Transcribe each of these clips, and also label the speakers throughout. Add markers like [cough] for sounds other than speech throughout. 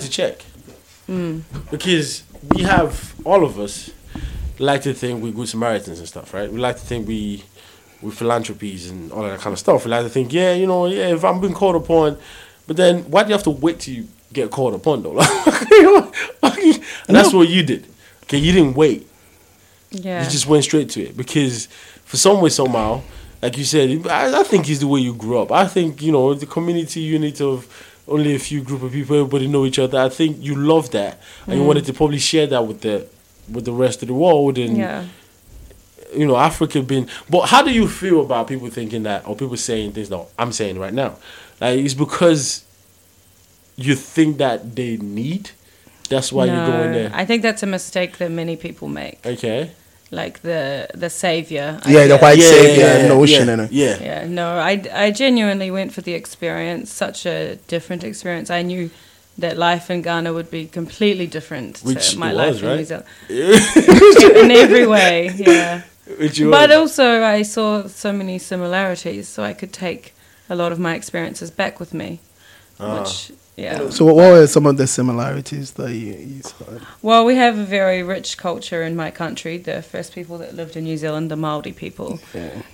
Speaker 1: to check because we have all of us like to think we're good Samaritans and stuff, right? We like to think we we philanthropies and all that kind of stuff. We like to think, yeah, you know, yeah, if I'm being called upon, but then why do you have to wait till you get called upon though? [laughs] and that's what you did. Okay, you didn't wait.
Speaker 2: Yeah.
Speaker 1: You just went straight to it because, for some way, somehow, like you said, I, I think it's the way you grew up. I think you know the community unit of only a few group of people, everybody know each other. I think you love that, and
Speaker 2: Mm.
Speaker 1: you wanted to probably share that with the with the rest of the world, and
Speaker 2: yeah.
Speaker 1: you know, Africa being. But how do you feel about people thinking that, or people saying things that I'm saying right now? Like it's because you think that they need. That's why you're going
Speaker 2: No,
Speaker 1: there.
Speaker 2: I think that's a mistake that many people make.
Speaker 1: okay.
Speaker 2: Like the the savior.
Speaker 3: Yeah, the
Speaker 2: idea.
Speaker 3: white savior notion
Speaker 1: yeah,
Speaker 3: and
Speaker 1: yeah.
Speaker 2: Yeah, no, I, I genuinely went for the experience, such a different experience. I knew that life in Ghana would be completely different
Speaker 1: Which
Speaker 2: to my
Speaker 1: it
Speaker 2: life
Speaker 1: was,
Speaker 2: in New
Speaker 1: right?
Speaker 2: Zealand.
Speaker 1: [laughs]
Speaker 2: [laughs] in every way, yeah.
Speaker 1: Which [laughs] you
Speaker 2: But
Speaker 1: are.
Speaker 2: also, I saw so many similarities, so I could take a lot of my experiences back with me.
Speaker 1: Ah.
Speaker 2: Which, yeah.
Speaker 3: So what were some of the similarities that you, you saw?
Speaker 2: Well, we have a very rich culture in my country. The first people that lived in New Zealand, the Maori people,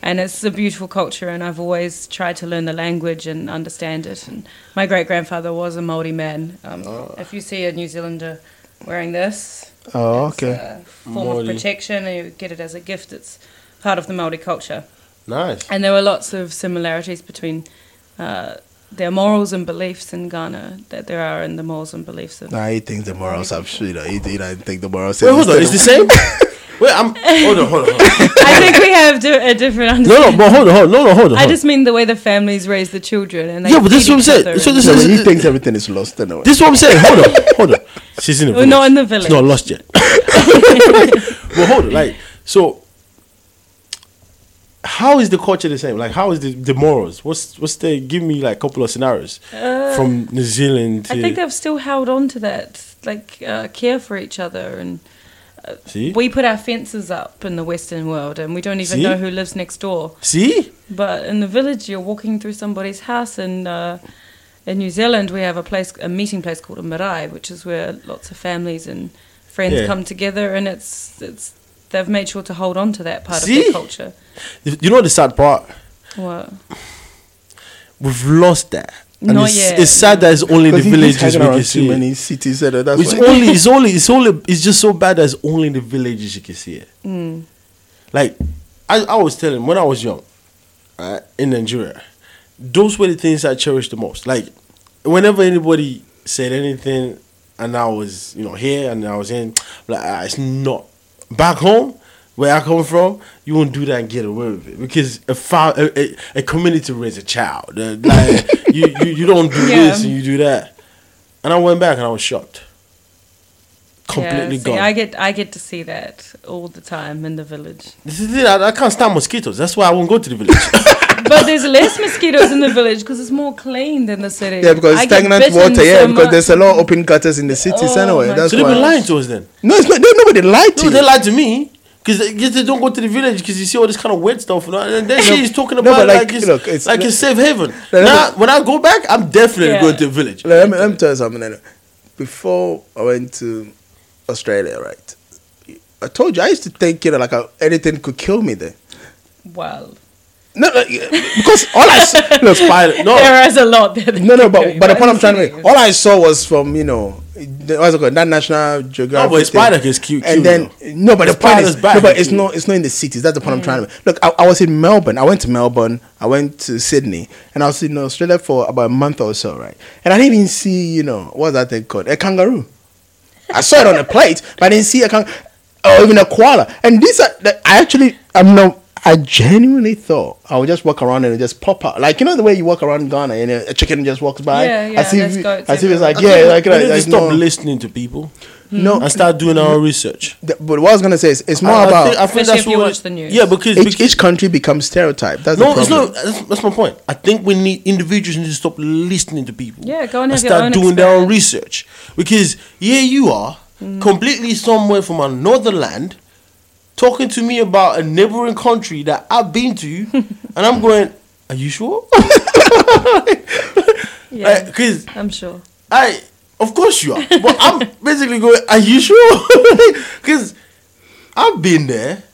Speaker 2: and it's a beautiful culture. And I've always tried to learn the language and understand it. And my great grandfather was a Maori man. Um, If you see a New Zealander wearing this,
Speaker 3: Oh,
Speaker 2: it's
Speaker 3: okay.
Speaker 2: a form
Speaker 1: Maori.
Speaker 2: of protection, and you get it as a gift. It's part of the Maori culture.
Speaker 1: Nice.
Speaker 2: And there were lots of similarities between uh, their morals and beliefs in Ghana that there are in the morals and beliefs of
Speaker 3: Nah, he thinks the morals are shit. He, he don't think the morals.
Speaker 1: Wait, hold on. It's the same. [laughs] Wait, I'm. Hold on, hold on. Hold on.
Speaker 2: I think we have di- a different understanding.
Speaker 1: No, no, but hold on, hold on. No, no, hold on.
Speaker 2: I just mean the way the families raise the children, and they
Speaker 1: Uh-huh. Yeah, but that's
Speaker 2: feed
Speaker 1: what I'm
Speaker 2: each
Speaker 1: saying.
Speaker 2: other
Speaker 1: So
Speaker 2: and-
Speaker 1: this
Speaker 3: So
Speaker 1: is
Speaker 3: he thinks everything is lost anyway.
Speaker 1: this is what I'm saying. Hold on, hold on. She's in the.
Speaker 2: [laughs] We're not in the village.
Speaker 1: She's not lost yet. [laughs] but hold on, like so. How is the culture the same? Like, how is the, the morals? What's what's the? Give me like a couple of scenarios from New Zealand. To,
Speaker 2: Uh, I think they've still held on to that, like uh, care for each other, and
Speaker 1: see,
Speaker 2: we put our fences up in the Western world, and we don't even
Speaker 1: See?
Speaker 2: know who lives next door.
Speaker 1: see,
Speaker 2: But in the village, you're walking through somebody's house, and uh, in New Zealand, we have a place, a meeting place called a marae, which is where lots of families and friends
Speaker 1: Yeah.
Speaker 2: come together, and it's it's they've made sure to hold on to that part of
Speaker 1: See?
Speaker 2: their culture.
Speaker 1: you know the sad part.
Speaker 2: What?
Speaker 1: We've lost that. And
Speaker 2: Not
Speaker 1: it's,
Speaker 2: yet.
Speaker 1: it's sad that it's only the
Speaker 3: Because he
Speaker 1: villages
Speaker 3: keeps
Speaker 1: we
Speaker 3: hanging around
Speaker 1: can
Speaker 3: too
Speaker 1: see. it.
Speaker 3: many cities. And that's
Speaker 1: It's
Speaker 3: why.
Speaker 1: only,
Speaker 3: [laughs]
Speaker 1: it's only, it's only, it's just so bad that it's only in the villages you can see it. Like, I, I was telling when I was young, uh, in Nigeria, those were the things I cherished the most. Like, whenever anybody said anything, and I was, you know, here and I was in, like, ah, it's not back home. Where I come from, you won't do that and get away with it because a fa- a, a, a community raise a child. Uh, like you, you, you don't do
Speaker 2: Yeah.
Speaker 1: this and you do that. And I went back and I was shocked. Completely
Speaker 2: see,
Speaker 1: gone.
Speaker 2: I get I get to see that all the time in the village.
Speaker 1: this is it. I, I can't stand mosquitoes. That's why I won't go to the
Speaker 3: [laughs]
Speaker 1: village.
Speaker 2: But there's less mosquitoes in the village because it's more clean than the city.
Speaker 3: Yeah, because
Speaker 2: I get
Speaker 3: stagnant
Speaker 2: bitten
Speaker 3: water. Yeah,
Speaker 2: so
Speaker 3: because
Speaker 2: much.
Speaker 3: there's a lot of open gutters in the cities
Speaker 2: Oh
Speaker 3: anyway.
Speaker 2: my
Speaker 3: That's
Speaker 1: so they've
Speaker 3: why.
Speaker 1: been lying to us then.
Speaker 3: No, it's not. They, nobody lied to
Speaker 1: No, they
Speaker 3: you.
Speaker 1: lied to me. Because they, 'cause they don't go to the village because you see all this kind of weird stuff. You know? And then she's talking
Speaker 3: no,
Speaker 1: about
Speaker 3: but
Speaker 1: it
Speaker 3: like,
Speaker 1: like, it's,
Speaker 3: look, it's-
Speaker 1: like it's safe haven.
Speaker 3: [laughs] No, no,
Speaker 1: now, when I go back, I'm definitely
Speaker 2: Yeah.
Speaker 1: going to the village.
Speaker 3: Let me, let me tell you something. Anna. Before I went to Australia, right? I told you I used to think you know like I, anything could kill me there.
Speaker 2: Well,
Speaker 3: No, no, yeah, because all I [laughs] s- look,
Speaker 2: [laughs]
Speaker 1: Spider, no.
Speaker 2: there is a lot there. that
Speaker 3: No, no,
Speaker 2: could
Speaker 3: but
Speaker 2: go,
Speaker 3: but the point I'm
Speaker 2: it's
Speaker 3: trying to
Speaker 2: okay.
Speaker 3: make, all I saw was from you know, the, what's it called? That National Geographic.
Speaker 1: but spider
Speaker 3: thing.
Speaker 1: is cute-
Speaker 3: And
Speaker 1: cute,
Speaker 3: then
Speaker 1: though.
Speaker 3: no, but the point
Speaker 1: Spider's
Speaker 3: is,
Speaker 1: bad,
Speaker 3: no, but
Speaker 1: it's
Speaker 3: it's
Speaker 1: cute.
Speaker 3: not it's not in the cities. That's the point I'm trying to make. Look, I, I was in Melbourne. I went to Melbourne. I went to Sydney, and I was in Australia for about a month or so, right? And I didn't even see you know what's that thing called a kangaroo. I saw it on a plate, but I didn't see a kangaroo or even a koala. And these are the, I actually I'm not. I genuinely thought I would just walk around and it just pop out, like you know the way you walk around Ghana and a a chicken just walks by.
Speaker 2: Yeah, yeah,
Speaker 3: as if,
Speaker 2: there's goats
Speaker 3: as if
Speaker 2: everywhere.
Speaker 3: it's like yeah, like,
Speaker 1: we need
Speaker 3: like,
Speaker 1: to
Speaker 3: like
Speaker 1: stop
Speaker 3: no,
Speaker 1: listening to people
Speaker 3: no.
Speaker 1: and start doing our own research.
Speaker 3: th- But what I was gonna say is, it's more
Speaker 1: I- I
Speaker 3: about
Speaker 1: think- I think
Speaker 2: Especially
Speaker 1: that's
Speaker 2: if you
Speaker 1: what it-
Speaker 2: watch the news.
Speaker 1: Yeah, because,
Speaker 3: each,
Speaker 1: because
Speaker 3: each country becomes stereotyped. That's
Speaker 1: No,
Speaker 3: the
Speaker 1: it's
Speaker 3: problem.
Speaker 1: not. That's, that's my point. I think we need individuals need to stop listening to people.
Speaker 2: Yeah, go and have your
Speaker 1: start
Speaker 2: own
Speaker 1: doing their own research because here you are, completely somewhere from another land, talking to me about a neighboring country that I've been
Speaker 2: [laughs]
Speaker 1: to, and I'm going, "Are you sure?"
Speaker 2: Yeah,
Speaker 3: oh,
Speaker 1: [laughs] Because
Speaker 3: uh,
Speaker 2: I'm sure.
Speaker 1: I Of course you are. But I'm basically going, are you sure? [laughs] Because I've been there.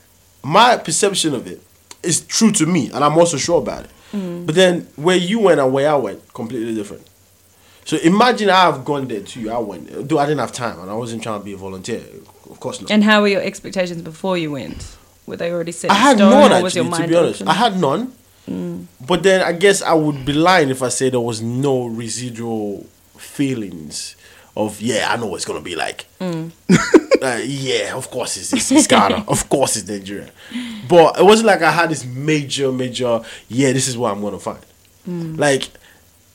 Speaker 1: My perception of it is true to me, and I'm also sure about it. But then where you went and where I went, completely different. So imagine I've gone there too. I went, though I didn't have time, and I wasn't trying to be a volunteer. Of course not.
Speaker 2: And how were your expectations before you went? Were they already set?
Speaker 1: I
Speaker 2: in
Speaker 1: had
Speaker 2: stone,
Speaker 1: none
Speaker 2: or was
Speaker 1: actually,
Speaker 2: your mind
Speaker 1: to be honest.
Speaker 2: open? Mm.
Speaker 1: I had none. But then I guess I would be lying if I say there was no residual feelings of yeah, I know what it's gonna be like.
Speaker 2: Mm.
Speaker 1: Uh, yeah, of course it's, it's, it's Ghana. of course it's Nigeria. But it wasn't like I had this major, major. Yeah, this is what I'm gonna find. Like,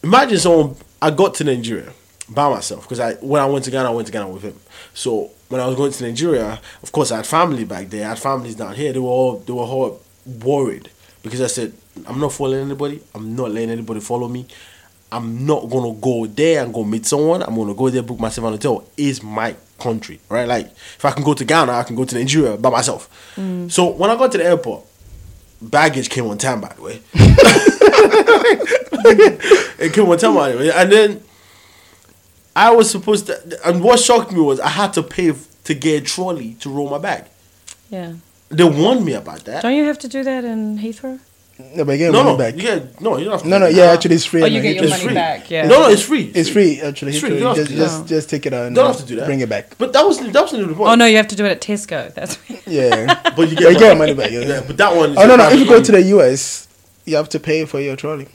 Speaker 1: imagine someone. I got to Nigeria by myself because I when I went to Ghana, I went to Ghana with him. So when I was going to Nigeria, of course I had family back there. I had families down here. They were all they were all worried because I said I'm not following anybody. I'm not letting anybody follow me. I'm not gonna go there and go meet someone. I'm gonna go there, book myself an hotel. Is my country right? Like if I can go to Ghana, I can go to Nigeria by myself. So when I got to the airport, baggage came on time. By the way, [laughs] it came on time. By the way, and then I was supposed to. And what shocked me was I had to pay f- to get a trolley to roll my bag.
Speaker 2: yeah.
Speaker 1: They warned me about that.
Speaker 2: Don't you have to do that in Heathrow?
Speaker 3: No, but you
Speaker 1: No,
Speaker 3: get your
Speaker 1: no,
Speaker 3: money back.
Speaker 1: you get no. You don't have to
Speaker 3: No, no,
Speaker 1: pay.
Speaker 3: yeah, actually, it's free.
Speaker 2: Oh,
Speaker 3: and
Speaker 2: you
Speaker 3: I
Speaker 2: get
Speaker 3: hate
Speaker 2: your
Speaker 3: it.
Speaker 1: It's
Speaker 2: money
Speaker 1: free.
Speaker 2: back, yeah.
Speaker 1: No, no, it's free.
Speaker 3: It's free, actually.
Speaker 1: It's
Speaker 3: It's
Speaker 1: free, you
Speaker 3: free.
Speaker 1: don't have
Speaker 3: Just,
Speaker 1: to do
Speaker 3: just,
Speaker 2: that.
Speaker 3: just take it out. And
Speaker 1: Don't have to do that.
Speaker 3: Bring it back.
Speaker 1: But that was that was the point.
Speaker 2: Oh no, you have to do it at Tesco. That's [laughs]
Speaker 3: Yeah.
Speaker 1: But you
Speaker 3: Yeah,
Speaker 1: get,
Speaker 3: you get your money back, yeah.
Speaker 1: Yeah, but that one. is
Speaker 3: oh no,
Speaker 1: a
Speaker 3: no. If you go
Speaker 1: private
Speaker 3: to the US, you have to pay for your trolley.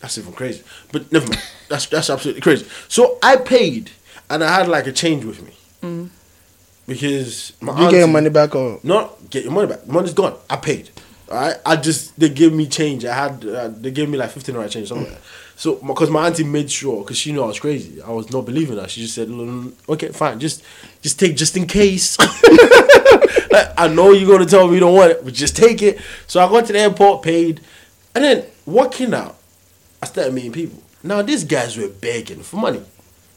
Speaker 1: That's even crazy. But never mind. That's that's absolutely crazy. So I paid, and I had like a change with me because my
Speaker 3: You get your
Speaker 1: auntie-
Speaker 3: money back or
Speaker 1: No, get your money back. Money's gone. I paid. All right. I just they gave me change. I had uh, they gave me like fifteen naira change somewhere.
Speaker 3: Mm.
Speaker 1: So because my auntie made sure because she knew I was crazy. I was not believing her. She just said, "Mm, "Okay, fine. Just just take just in case." [laughs] Like, I know you're gonna tell me you don't want it, but just take it. So I got to the airport, paid, and then walking out, I started meeting people. Now these guys were begging for money.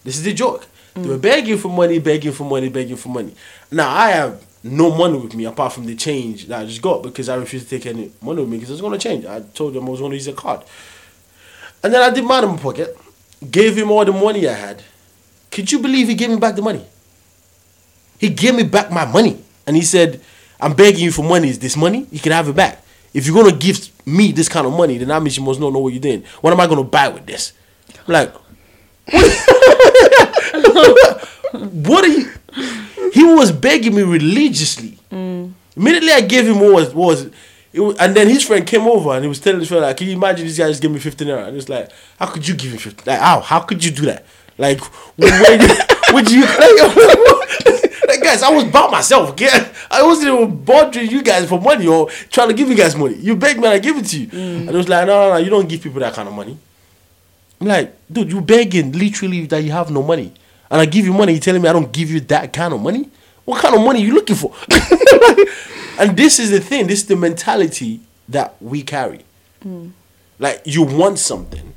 Speaker 1: This is the joke. They were begging for money, begging for money, begging for money. Now I have no money with me apart from the change that I just got because I refused to take any money with me because it's gonna change. I told them I was gonna use a card. And then I did mine in my pocket, gave him all the money I had. Could you believe he gave me back the money? He gave me back my money. And he said, I'm begging you for money. Is this money? You can have it back. If you're going to give me this kind of money, then that means you must not know what you're doing. What am I going to buy with this? I'm like, what are you? He was begging me religiously. Immediately I gave him what was, what was it wa- and then his friend came over and he was telling his friend like, "Can you imagine this guy just gave me fifteen naira?" And it's like, "How could you give him fifteen? Like, how? How could you do that? Like, where did, would you?" [laughs] Like, [laughs] like, guys, I was by myself. Okay? I wasn't even bothering you guys for money or trying to give you guys money. You begged me and I gave it to you, and it was like, "No, no, no, you don't give people that kind of money." I'm like, dude, you begging literally that you have no money. And I give you money, you telling me I don't give you that kind of money? What kind of money you looking for? [laughs] and this is the thing, this is the mentality that we carry. Like you want something,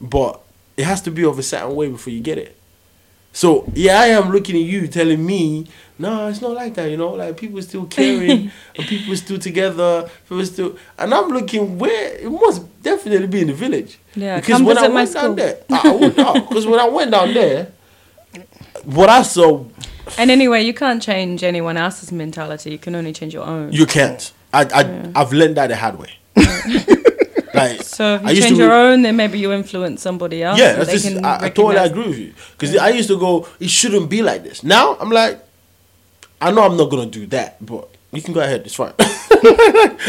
Speaker 1: but it has to be of a certain way before you get it. So yeah, I am looking at you telling me, no, it's not like that, you know, like people still
Speaker 2: [laughs]
Speaker 1: caring and people still together, people still and I'm looking where it must definitely be in the village.
Speaker 2: Yeah, come
Speaker 1: when I
Speaker 2: visit my
Speaker 1: went down
Speaker 2: school.
Speaker 1: there,
Speaker 2: [laughs]
Speaker 1: because when I went down there, what I saw
Speaker 2: and anyway, you can't change anyone else's mentality. You can only change your own.
Speaker 1: you can't. I, I I've learned that the hard
Speaker 2: [laughs]
Speaker 1: way. like
Speaker 2: so if
Speaker 1: I
Speaker 2: you
Speaker 1: used to
Speaker 2: change your
Speaker 1: re-
Speaker 2: own, then maybe you influence somebody else.
Speaker 1: Yeah,
Speaker 2: and
Speaker 1: that's
Speaker 2: they
Speaker 1: just,
Speaker 2: can
Speaker 1: I, I totally
Speaker 2: recognize-
Speaker 1: agree with you. Because I used to go, it shouldn't be like this. Now I'm like, I know I'm not going to do that, but you can go ahead, it's fine. [laughs]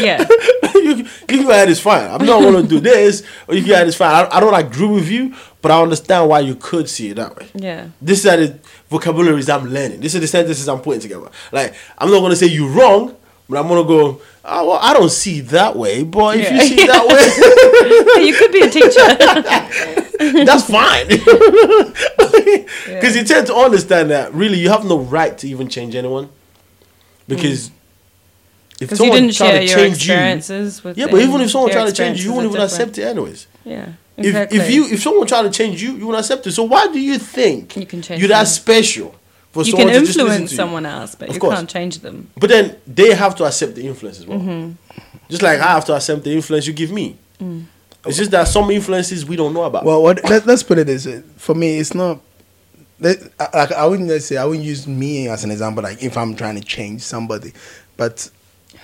Speaker 2: Yeah, [laughs]
Speaker 1: you, you can go ahead, it's fine. I'm not going to [laughs] do this, or you can go ahead, it's fine. I, I don't agree with you, but I understand why you could see it that way.
Speaker 2: yeah.
Speaker 1: This are the vocabularies I'm learning. These are the sentences I'm putting together. Like, I'm not going to say you're wrong, but I'm going to go, oh, well, I don't see it that way, but if you
Speaker 2: Yeah.
Speaker 1: see it [laughs] that way.
Speaker 2: you could be a
Speaker 1: [laughs]
Speaker 2: teacher.
Speaker 1: that's fine. [laughs] Because you tend to understand that really you have no right to even change anyone. Because if
Speaker 2: Because you didn't
Speaker 1: tried
Speaker 2: share your experiences with
Speaker 1: you, yeah, but
Speaker 2: them,
Speaker 1: even if someone
Speaker 2: their
Speaker 1: tried to change you, you wouldn't even
Speaker 2: experiences are
Speaker 1: accept it anyways.
Speaker 2: different. Yeah,
Speaker 1: If,
Speaker 2: exactly.
Speaker 1: if you if someone tried to change you, you wouldn't accept it. So why do you think
Speaker 2: You can change
Speaker 1: you're that
Speaker 2: them.
Speaker 1: special for
Speaker 2: you
Speaker 1: someone
Speaker 2: can
Speaker 1: to just listen
Speaker 2: influence
Speaker 1: to you?
Speaker 2: someone else, but
Speaker 1: Of
Speaker 2: you
Speaker 1: course.
Speaker 2: can't change them.
Speaker 1: But then
Speaker 2: Mm-hmm. Mm.
Speaker 1: they have to accept the influence as well. Just like I have to accept the influence you give me. It's just that some influences we don't know about.
Speaker 3: Well, what, let, let's put it this way. For me, it's not. Let, I- like I wouldn't let's say I wouldn't use me as an example. Like if I'm trying to change somebody, but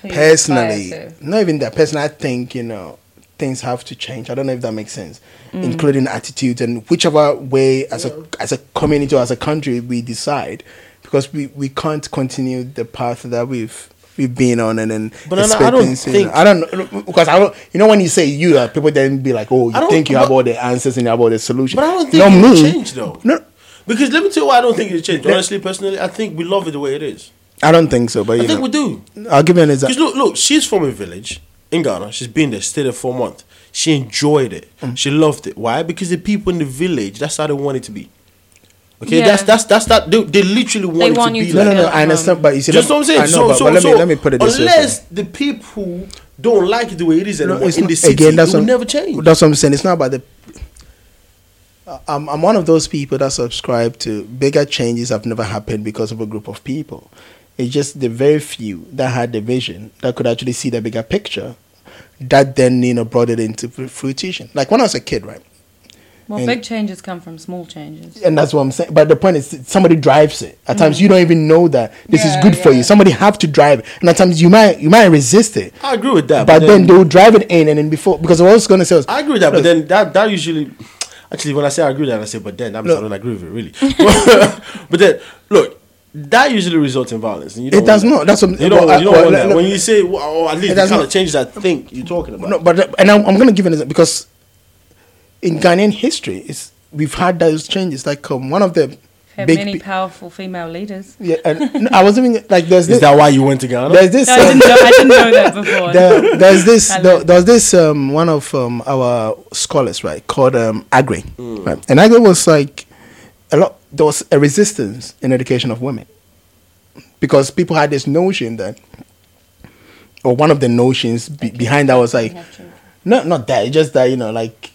Speaker 2: Who you
Speaker 3: personally,
Speaker 2: aspire to.
Speaker 3: not even that. Personally, I think you know things have to change. I don't know if that makes sense,
Speaker 1: Mm.
Speaker 3: including attitudes and whichever way as a as a community or as a country we decide, because we we can't continue the path that we've. We've been on and then
Speaker 1: But then I
Speaker 3: expect
Speaker 1: don't
Speaker 3: things, you know.
Speaker 1: think-
Speaker 3: I don't know because I don't you know when you say you uh, people then be like oh
Speaker 1: I
Speaker 3: you
Speaker 1: don't-
Speaker 3: think you have
Speaker 1: but-
Speaker 3: all the answers and you have all the solutions
Speaker 1: But I don't think
Speaker 3: Not
Speaker 1: it will
Speaker 3: me.
Speaker 1: change though.
Speaker 3: no
Speaker 1: Because let me tell you why I don't think it'll change.
Speaker 3: Let-
Speaker 1: Honestly, personally, I think we love it the way it is.
Speaker 3: I don't think so, but you
Speaker 1: I think
Speaker 3: know,
Speaker 1: we do.
Speaker 3: I'll give you an
Speaker 1: Because
Speaker 3: example.
Speaker 1: look, look, she's from a village in Ghana. She's been there, stayed there for a month. She enjoyed it.
Speaker 3: Mm.
Speaker 1: She loved it. Why? Because the people in the village, that's how they want it to be. Okay,
Speaker 2: Yeah.
Speaker 1: that's that's that's that. They, they literally want
Speaker 2: They
Speaker 1: it
Speaker 2: want
Speaker 1: to
Speaker 2: you
Speaker 1: be
Speaker 2: to
Speaker 1: like.
Speaker 3: No, no,
Speaker 1: that.
Speaker 3: no. I understand, but you see,
Speaker 1: Just
Speaker 3: let-
Speaker 1: what I'm saying.
Speaker 3: I know,
Speaker 1: so,
Speaker 3: but,
Speaker 1: so,
Speaker 3: but let
Speaker 1: so
Speaker 3: me let me put it this way.
Speaker 1: unless the people don't like the way it is
Speaker 3: No,
Speaker 1: anymore
Speaker 3: it's
Speaker 1: in
Speaker 3: not-
Speaker 1: the city, it will
Speaker 3: what-
Speaker 1: never change.
Speaker 3: That's what I'm saying. It's not about the. I'm, I'm one of those people that subscribe to bigger changes have never happened because of a group of people. It's just the very few that had the vision that could actually see the bigger picture, that then you know brought it into fru- fruition. Like when I was a kid, right?
Speaker 2: Well,
Speaker 3: And-
Speaker 2: big changes come from small changes.
Speaker 3: and that's what I'm saying. But the point is, somebody drives it. At
Speaker 1: Mm.
Speaker 3: times, you don't even know that this is
Speaker 2: Yeah,
Speaker 3: good for
Speaker 2: yeah.
Speaker 3: you. Somebody have to drive it, and at times you might you might resist it.
Speaker 1: I agree with that.
Speaker 3: but then, they will drive it in, and then before because what I was going to say was
Speaker 1: I agree with that, but
Speaker 3: Look,
Speaker 1: then that that usually, actually, when I say I agree with that, I say, but then that means I
Speaker 3: Look.
Speaker 1: don't agree with it really. [laughs] but then, look, that usually results in violence. And you
Speaker 3: It
Speaker 1: don't
Speaker 3: does
Speaker 1: want that.
Speaker 3: not. That's what-
Speaker 1: you don't.
Speaker 3: well,
Speaker 1: you don't
Speaker 3: I- well,
Speaker 1: want
Speaker 3: look,
Speaker 1: that.
Speaker 3: look.
Speaker 1: when you say, well, or at
Speaker 3: It
Speaker 1: least
Speaker 3: does
Speaker 1: kind of
Speaker 3: not.
Speaker 1: change that thing you're talking about.
Speaker 3: no, but uh, and I'm, I'm going to give an example because in Ghanaian history, it's, we've had those changes. Like um, one of the
Speaker 2: Have
Speaker 3: big
Speaker 2: many
Speaker 3: pe-
Speaker 2: powerful female
Speaker 1: [laughs]
Speaker 2: leaders.
Speaker 3: yeah, and no, I was even like there's
Speaker 1: is
Speaker 3: this
Speaker 1: that why you went to Ghana?
Speaker 3: there's this
Speaker 2: No, I
Speaker 3: um,
Speaker 2: didn't know, I didn't know that before.
Speaker 3: the,
Speaker 2: [laughs]
Speaker 3: there's this
Speaker 2: I
Speaker 3: there,
Speaker 2: love-
Speaker 3: there's this um, one of um, our scholars right called um, Agri,
Speaker 2: Mm.
Speaker 3: right? and Agri was like a lot. There was a resistance in education of women because people had this notion that, or one of the notions be- behind that was like,
Speaker 2: have children.
Speaker 3: no, not that. It's just that you know, like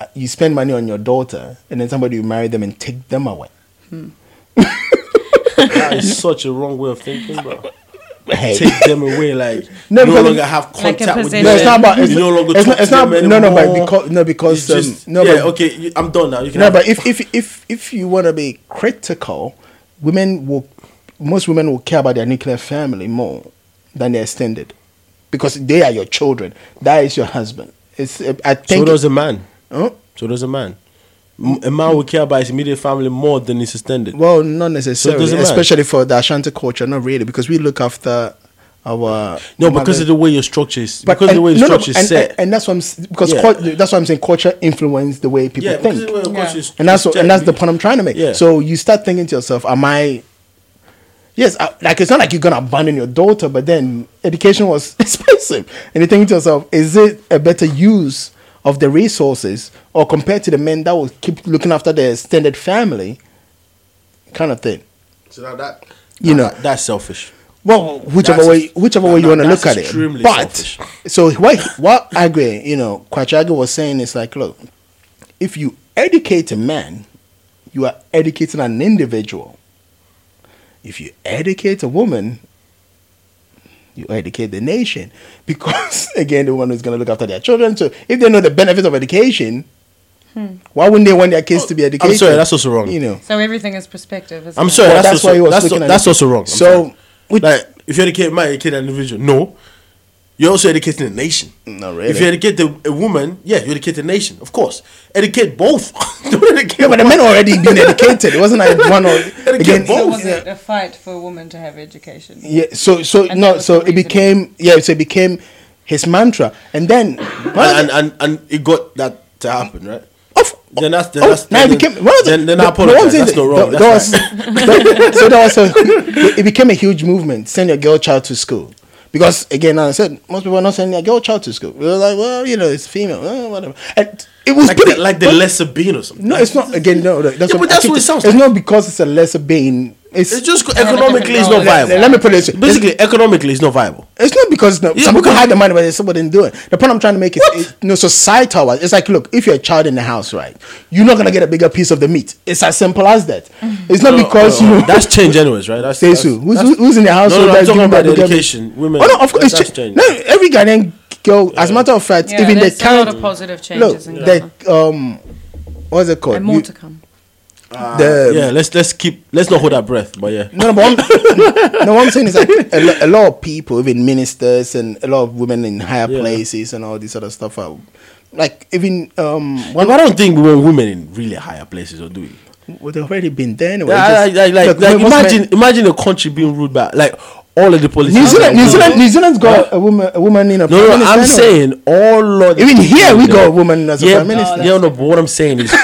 Speaker 3: uh, you spend money on your daughter, and then somebody will marry them and take
Speaker 2: [laughs]
Speaker 3: them away.
Speaker 1: that is such a wrong way of thinking, bro.
Speaker 3: Hey.
Speaker 1: Take them away, like
Speaker 3: [laughs] No,
Speaker 1: no,
Speaker 3: because-
Speaker 1: longer have
Speaker 2: Like a
Speaker 1: contact with them.
Speaker 2: possession.
Speaker 3: No, it's not about. It's,
Speaker 1: you no longer
Speaker 3: it's
Speaker 1: talk
Speaker 3: not. It's
Speaker 1: to
Speaker 3: not
Speaker 1: them
Speaker 3: no, no, but
Speaker 1: anymore.
Speaker 3: because no, because
Speaker 1: It's just-
Speaker 3: um, no,
Speaker 1: yeah,
Speaker 3: but
Speaker 1: okay, you- I'm done now. You can
Speaker 3: No,
Speaker 1: have
Speaker 3: but
Speaker 1: it.
Speaker 3: if if if if you want to be critical, women will most women will care about their nuclear family more than their extended, because they are your children. That is your husband. It's uh, I
Speaker 1: so
Speaker 3: think.
Speaker 1: does a man.
Speaker 3: Huh?
Speaker 1: So does a man. M- A man will care about his immediate family more than his extended.
Speaker 3: Well, not necessarily,
Speaker 1: does a man.
Speaker 3: especially for the Ashanti culture. Not really, because we look after our
Speaker 1: No, because of the way your structure is. because of
Speaker 3: and-
Speaker 1: the way your
Speaker 3: no, no,
Speaker 1: structure is
Speaker 3: and,
Speaker 1: set.
Speaker 3: and, and that's what I'm s- because
Speaker 1: Yeah.
Speaker 3: cult- that's what I'm saying. Culture influence the way people
Speaker 1: yeah,
Speaker 3: think.
Speaker 1: because of the way your
Speaker 2: Yeah.
Speaker 1: culture is.
Speaker 3: and that's
Speaker 1: is
Speaker 3: what,
Speaker 1: set.
Speaker 3: and that's the point I'm trying to make.
Speaker 1: Yeah.
Speaker 3: So you start thinking to yourself, "Am I?" Yes, I, like it's not like you're gonna abandon your daughter, but then education was [laughs] expensive, and you think to yourself, "Is it a better use of the resources, or compared to the men that will keep looking after their extended family?" Kind of thing.
Speaker 1: So now that,
Speaker 3: You know.
Speaker 1: that- that's selfish.
Speaker 3: Well, whichever
Speaker 1: That's-
Speaker 3: way, whichever
Speaker 1: no,
Speaker 3: way
Speaker 1: no,
Speaker 3: you want to
Speaker 1: that's
Speaker 3: look at it.
Speaker 1: extremely
Speaker 3: But
Speaker 1: selfish.
Speaker 3: so what? What Agri, you know, Kwachage was saying is like, look, if you educate a man, you are educating an individual. If you educate a woman, you educate the nation [laughs] because again, the one who's going to look after their children. So if they know the benefits of education, why wouldn't they want their kids to be educated?
Speaker 1: Oh, sorry, that's also wrong.
Speaker 3: You know,
Speaker 2: So everything is perspective. Isn't
Speaker 1: I'm
Speaker 2: it?
Speaker 1: sorry.
Speaker 3: Well,
Speaker 1: that's
Speaker 3: that's
Speaker 1: also,
Speaker 3: why he was
Speaker 1: that's,
Speaker 3: looking
Speaker 1: so-
Speaker 3: at
Speaker 1: that's
Speaker 3: it.
Speaker 1: also wrong. I'm
Speaker 3: So,
Speaker 1: sorry.
Speaker 3: which-
Speaker 1: like, if you educate man, you educate an individual. No, you're also educating the nation.
Speaker 3: Not really.
Speaker 1: If you educate the, a woman, yeah, you educate the nation. Of course, educate both. [laughs] Don't educate
Speaker 3: yeah, but the
Speaker 1: one.
Speaker 3: men already
Speaker 1: [laughs]
Speaker 3: been educated. It wasn't like one or
Speaker 1: Educate
Speaker 3: again.
Speaker 1: both.
Speaker 2: So
Speaker 1: Oh,
Speaker 2: was
Speaker 1: yeah.
Speaker 2: it a fight for a woman to have education?
Speaker 3: Yeah. So so
Speaker 2: And that
Speaker 3: no.
Speaker 2: was
Speaker 3: So
Speaker 2: the
Speaker 3: it
Speaker 2: reason.
Speaker 3: became yeah. So it became his mantra, and then
Speaker 1: and, and and and it got that to happen, right?
Speaker 3: of,
Speaker 1: Then that's then
Speaker 3: oh,
Speaker 1: that's
Speaker 3: now it
Speaker 1: then,
Speaker 3: became
Speaker 1: then,
Speaker 3: one of the-
Speaker 1: then, then
Speaker 3: the-
Speaker 1: I
Speaker 3: the one
Speaker 1: apologize.
Speaker 3: thing
Speaker 1: That's
Speaker 3: that-
Speaker 1: not wrong.
Speaker 3: that-
Speaker 1: That's right.
Speaker 3: that was- [laughs] so that was
Speaker 1: [laughs]
Speaker 3: a, it became a huge movement. Send your girl child to school. Because again, I said most people are not sending their girl child to school. They're like, well, you know, it's female, eh, whatever. And it was
Speaker 1: like
Speaker 3: pretty-
Speaker 1: the, like the
Speaker 3: but-
Speaker 1: lesser being or something.
Speaker 3: No, it's not. Again, no. no, That's
Speaker 1: Yeah, but
Speaker 3: I
Speaker 1: that's
Speaker 3: keep-
Speaker 1: what it sounds
Speaker 3: It's
Speaker 1: like.
Speaker 3: not because it's a lesser being. It's,
Speaker 1: It's just economically it's not
Speaker 2: Let-
Speaker 3: Oh, let,
Speaker 1: viable.
Speaker 3: let me put it this way. It's-
Speaker 1: [laughs] Basically, economically, it's not viable.
Speaker 3: It's not because no,
Speaker 1: Yeah,
Speaker 3: some people
Speaker 1: because-
Speaker 3: had the money, but somebody didn't do it. The point I'm trying to make is,
Speaker 1: What?
Speaker 3: is you know, societal. wise, It's like, look, if you're a child in the house, right, you're not gonna get a bigger piece of the meat. It's as simple as that.
Speaker 1: Mm-hmm.
Speaker 3: It's not because you. [laughs] Know,
Speaker 1: that's change anyways, right? That's,
Speaker 3: Say so. Who's- who's in the
Speaker 1: house?
Speaker 3: household
Speaker 1: No, no,
Speaker 3: that's
Speaker 1: I'm talking
Speaker 3: giving
Speaker 1: about
Speaker 3: them the
Speaker 1: education. Women.
Speaker 3: oh no, of course,
Speaker 1: That's
Speaker 3: it's cha-
Speaker 1: change.
Speaker 3: no. Every Ghanaian girl. As a matter of fact,
Speaker 2: Yeah,
Speaker 3: even the
Speaker 2: there's a lot
Speaker 3: current
Speaker 2: of positive
Speaker 3: look,
Speaker 2: changes in Ghana.
Speaker 3: the um, what's it called?
Speaker 2: and more
Speaker 3: You-
Speaker 2: to come.
Speaker 3: the
Speaker 1: yeah, let's let's keep let's not hold our breath, but yeah.
Speaker 3: No, no,
Speaker 1: [laughs]
Speaker 3: but I'm, no, what I'm saying is like a, lo- a lot of people, even ministers and a lot of women in higher
Speaker 1: Yeah.
Speaker 3: places and all this other stuff are like even um
Speaker 1: But I don't think we want women in really higher places, or do we?
Speaker 3: well, they've already been there anyway.
Speaker 1: Yeah,
Speaker 3: Just-
Speaker 1: like, like,
Speaker 3: look,
Speaker 1: like
Speaker 3: most men-
Speaker 1: imagine imagine a country being ruled by like all of the politicians.
Speaker 3: New Zealand, New
Speaker 1: Like,
Speaker 3: Zealand, New Zealand's got a woman, a woman in a
Speaker 1: No, no,
Speaker 3: prime
Speaker 1: I'm
Speaker 3: minister anyway.
Speaker 1: saying all of the
Speaker 3: Even here we
Speaker 1: Yeah.
Speaker 3: got a woman as a
Speaker 1: yeah,
Speaker 3: prime minister.
Speaker 1: yeah, no, but what I'm saying is [laughs]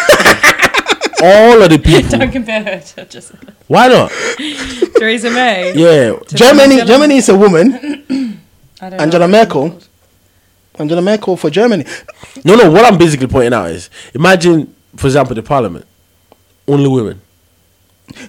Speaker 1: all of the people.
Speaker 2: [laughs] Don't compare her to just
Speaker 1: Why not?
Speaker 2: Theresa May.
Speaker 1: Yeah,
Speaker 3: Germany,
Speaker 2: New Zealand.
Speaker 3: Germany is a woman.
Speaker 2: I don't
Speaker 3: Angela
Speaker 2: know.
Speaker 3: Merkel, Angela Merkel for Germany.
Speaker 1: no, no. What I'm basically pointing out is imagine, for example, the parliament, only women.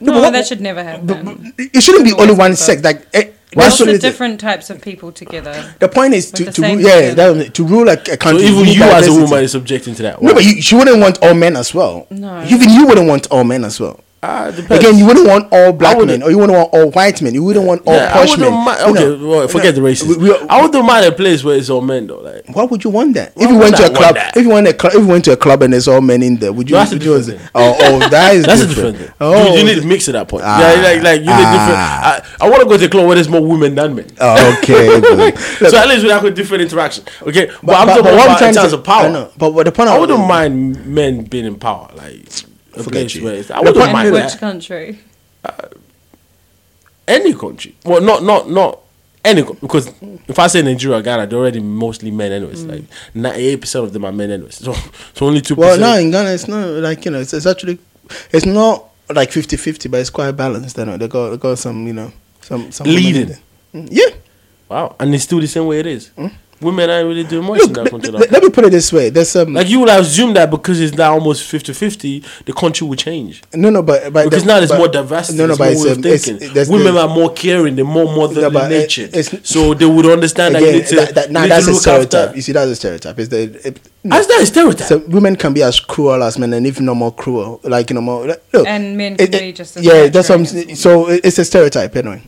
Speaker 2: No,
Speaker 3: but what-
Speaker 2: that should never happen.
Speaker 3: But, but it shouldn't be only one sex. Like, eh,
Speaker 2: Lots
Speaker 3: that's
Speaker 2: of
Speaker 3: what it is.
Speaker 2: different types of people together.
Speaker 3: The point is to,
Speaker 2: the
Speaker 3: to
Speaker 2: same
Speaker 3: rule, yeah,
Speaker 2: people.
Speaker 3: that, to rule like a
Speaker 1: So
Speaker 3: country.
Speaker 1: even
Speaker 3: need
Speaker 1: you as a
Speaker 3: diversity.
Speaker 1: woman is subjecting to that.
Speaker 3: No, but you, she wouldn't want all men as well.
Speaker 2: No.
Speaker 3: Even you wouldn't want all men as well.
Speaker 1: Ah, depends.
Speaker 3: Again, you wouldn't want all black men,
Speaker 1: wouldn't.
Speaker 3: or you wouldn't want all white men. You wouldn't want all
Speaker 1: Yeah, I
Speaker 3: posh men.
Speaker 1: wouldn't mind.
Speaker 3: you
Speaker 1: Okay,
Speaker 3: know.
Speaker 1: well, forget the
Speaker 3: We-
Speaker 1: races.
Speaker 3: we are-
Speaker 1: I wouldn't mind a place where it's all men though. Like
Speaker 3: Why would you want that? if you
Speaker 1: would
Speaker 3: went to
Speaker 1: I
Speaker 3: a club,
Speaker 1: want that?
Speaker 3: if you went to a club, if you went to a club and there's all men in there, would you?
Speaker 1: No, that's a
Speaker 3: would you-
Speaker 1: different thing.
Speaker 3: oh, oh, that
Speaker 1: [laughs]
Speaker 3: is
Speaker 1: that's
Speaker 3: different.
Speaker 1: a different thing.
Speaker 3: Oh,
Speaker 1: You, you need to mix at that point.
Speaker 3: Ah,
Speaker 1: yeah, like like you need
Speaker 3: ah.
Speaker 1: different. I, I want to go to a club where there's more women than men.
Speaker 3: [laughs] oh, okay. good. Look,
Speaker 1: [laughs] so at least we have a different interaction. Okay, but,
Speaker 3: but-
Speaker 1: I'm
Speaker 3: but-
Speaker 1: talking
Speaker 3: but what I'm
Speaker 1: about
Speaker 3: trying
Speaker 1: in
Speaker 3: to
Speaker 1: terms
Speaker 3: say-
Speaker 1: of
Speaker 3: I know,
Speaker 1: power.
Speaker 3: but what the point
Speaker 1: I
Speaker 3: I'm-
Speaker 1: wouldn't mind men being in power. Like a
Speaker 3: Forget
Speaker 1: place
Speaker 3: you.
Speaker 1: where it's, I
Speaker 3: The
Speaker 1: wouldn't
Speaker 3: point-
Speaker 1: mind
Speaker 2: And which
Speaker 1: that.
Speaker 2: country?
Speaker 1: any country. Well, not not not any co- because if I say Nigeria, Ghana, they're already mostly men anyways. Like ninety eight percent of them are men anyways. So, so only two. [laughs]
Speaker 3: Well, no, in Ghana, it's not like you know, it's, it's actually, it's not like 50-50, but it's quite balanced. You know, they got they got some, you know, some some women in
Speaker 1: Leading.
Speaker 3: there. Mm, Yeah.
Speaker 1: Wow, and it's still the same way it is. Women aren't really doing much
Speaker 3: Hmm? Look,
Speaker 1: in that
Speaker 3: le-
Speaker 1: country.
Speaker 3: le-
Speaker 1: like
Speaker 3: let me put it this way. There's um, some
Speaker 1: Like you would assume that because it's now almost 50-50, the country will change.
Speaker 3: no, no, but but
Speaker 1: Because
Speaker 3: the-
Speaker 1: now there's
Speaker 3: but-
Speaker 1: more diversity.
Speaker 3: No, no, but it's,
Speaker 1: more way
Speaker 3: um,
Speaker 1: of
Speaker 3: it's,
Speaker 1: thinking.
Speaker 3: there's-
Speaker 1: Women
Speaker 3: there's-
Speaker 1: are more caring, they're more motherly
Speaker 3: but it-
Speaker 1: nature.
Speaker 3: it's-
Speaker 1: so they would understand that you
Speaker 3: again,
Speaker 1: need to,
Speaker 3: that, that, nah,
Speaker 1: you need
Speaker 3: that's
Speaker 1: to
Speaker 3: a
Speaker 1: look
Speaker 3: stereotype.
Speaker 1: after.
Speaker 3: You see, that's a stereotype. It's the it, no.
Speaker 1: That's not a stereotype.
Speaker 3: So women can be as cruel as men, and if not more cruel, like you know more. like, Look,
Speaker 2: And men can be just as
Speaker 3: yeah. That's what I'm,
Speaker 2: nurturing
Speaker 3: saying. so it- it's a stereotype anyway.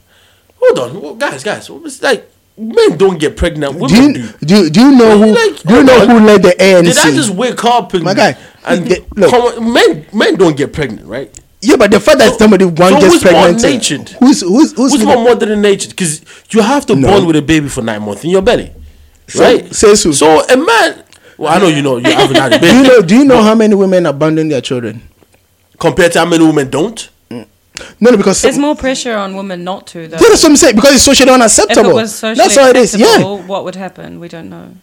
Speaker 1: Hold on, well, guys, guys. It's like men don't get pregnant. Women
Speaker 3: Do
Speaker 1: do.
Speaker 3: you, do you- do you know who
Speaker 1: Like,
Speaker 3: do you know
Speaker 1: hold on.
Speaker 3: who led the ANC?
Speaker 1: Did I just wake up and
Speaker 3: My guy,
Speaker 1: And
Speaker 3: they- look.
Speaker 1: come on, men, men don't get pregnant, right?
Speaker 3: Yeah, but the fact that
Speaker 1: So-
Speaker 3: somebody one
Speaker 1: so
Speaker 3: gets
Speaker 1: who's more
Speaker 3: pregnant,
Speaker 1: natured?
Speaker 3: who's who's who's,
Speaker 1: Who's
Speaker 3: more-
Speaker 1: more modern than nature? Because you have to
Speaker 3: No.
Speaker 1: bond with a baby for nine months in your belly,
Speaker 3: So-
Speaker 1: right?
Speaker 3: says who?
Speaker 1: So a man. Well, I know you know
Speaker 3: [laughs]
Speaker 1: you haven't had a
Speaker 3: do you
Speaker 1: baby
Speaker 3: know? Do you know how many women abandon their children?
Speaker 1: compared to how many women don't.
Speaker 3: No, no, because
Speaker 2: There's more pressure on women not to, though.
Speaker 3: Yeah, that's what I'm saying. Because it's socially
Speaker 2: If it
Speaker 3: unacceptable.
Speaker 2: was socially
Speaker 3: that's how it is. Yeah,
Speaker 2: acceptable, what would happen? We don't know.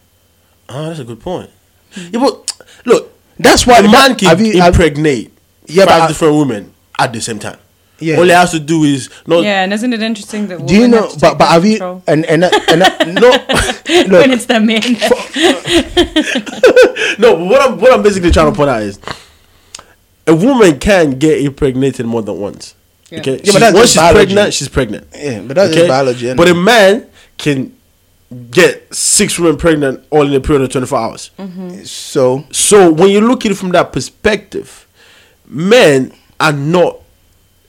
Speaker 1: Ah, that's a good point. Yeah, but look,
Speaker 3: that's why
Speaker 1: a man can
Speaker 3: have you- uh, have-
Speaker 1: impregnate
Speaker 3: Yeah, but
Speaker 1: five
Speaker 3: I-
Speaker 1: different women at the same time.
Speaker 3: Yeah.
Speaker 1: All he has to do is not.
Speaker 2: yeah, and isn't it interesting that
Speaker 3: do you
Speaker 2: women
Speaker 3: know?
Speaker 2: have to
Speaker 3: But
Speaker 2: take
Speaker 3: but
Speaker 2: back
Speaker 3: have you
Speaker 2: control?
Speaker 3: and and, and, uh,
Speaker 2: [laughs]
Speaker 3: no?
Speaker 2: when
Speaker 3: Look,
Speaker 2: it's the
Speaker 3: [laughs]
Speaker 2: men?
Speaker 1: [laughs] No, but what I'm what I'm basically trying to point out is a woman can get impregnated more than once.
Speaker 2: Yeah.
Speaker 1: Okay,
Speaker 3: Yeah, but
Speaker 1: She-
Speaker 3: that's
Speaker 1: once
Speaker 3: just
Speaker 1: she's
Speaker 3: biology.
Speaker 1: pregnant, she's pregnant.
Speaker 3: Yeah, but that's just biology, isn't
Speaker 1: But
Speaker 3: it?
Speaker 1: a man can get six women pregnant all in a period of 24 hours.
Speaker 2: Mm-hmm.
Speaker 3: so
Speaker 1: So when you look at it from that perspective, men are not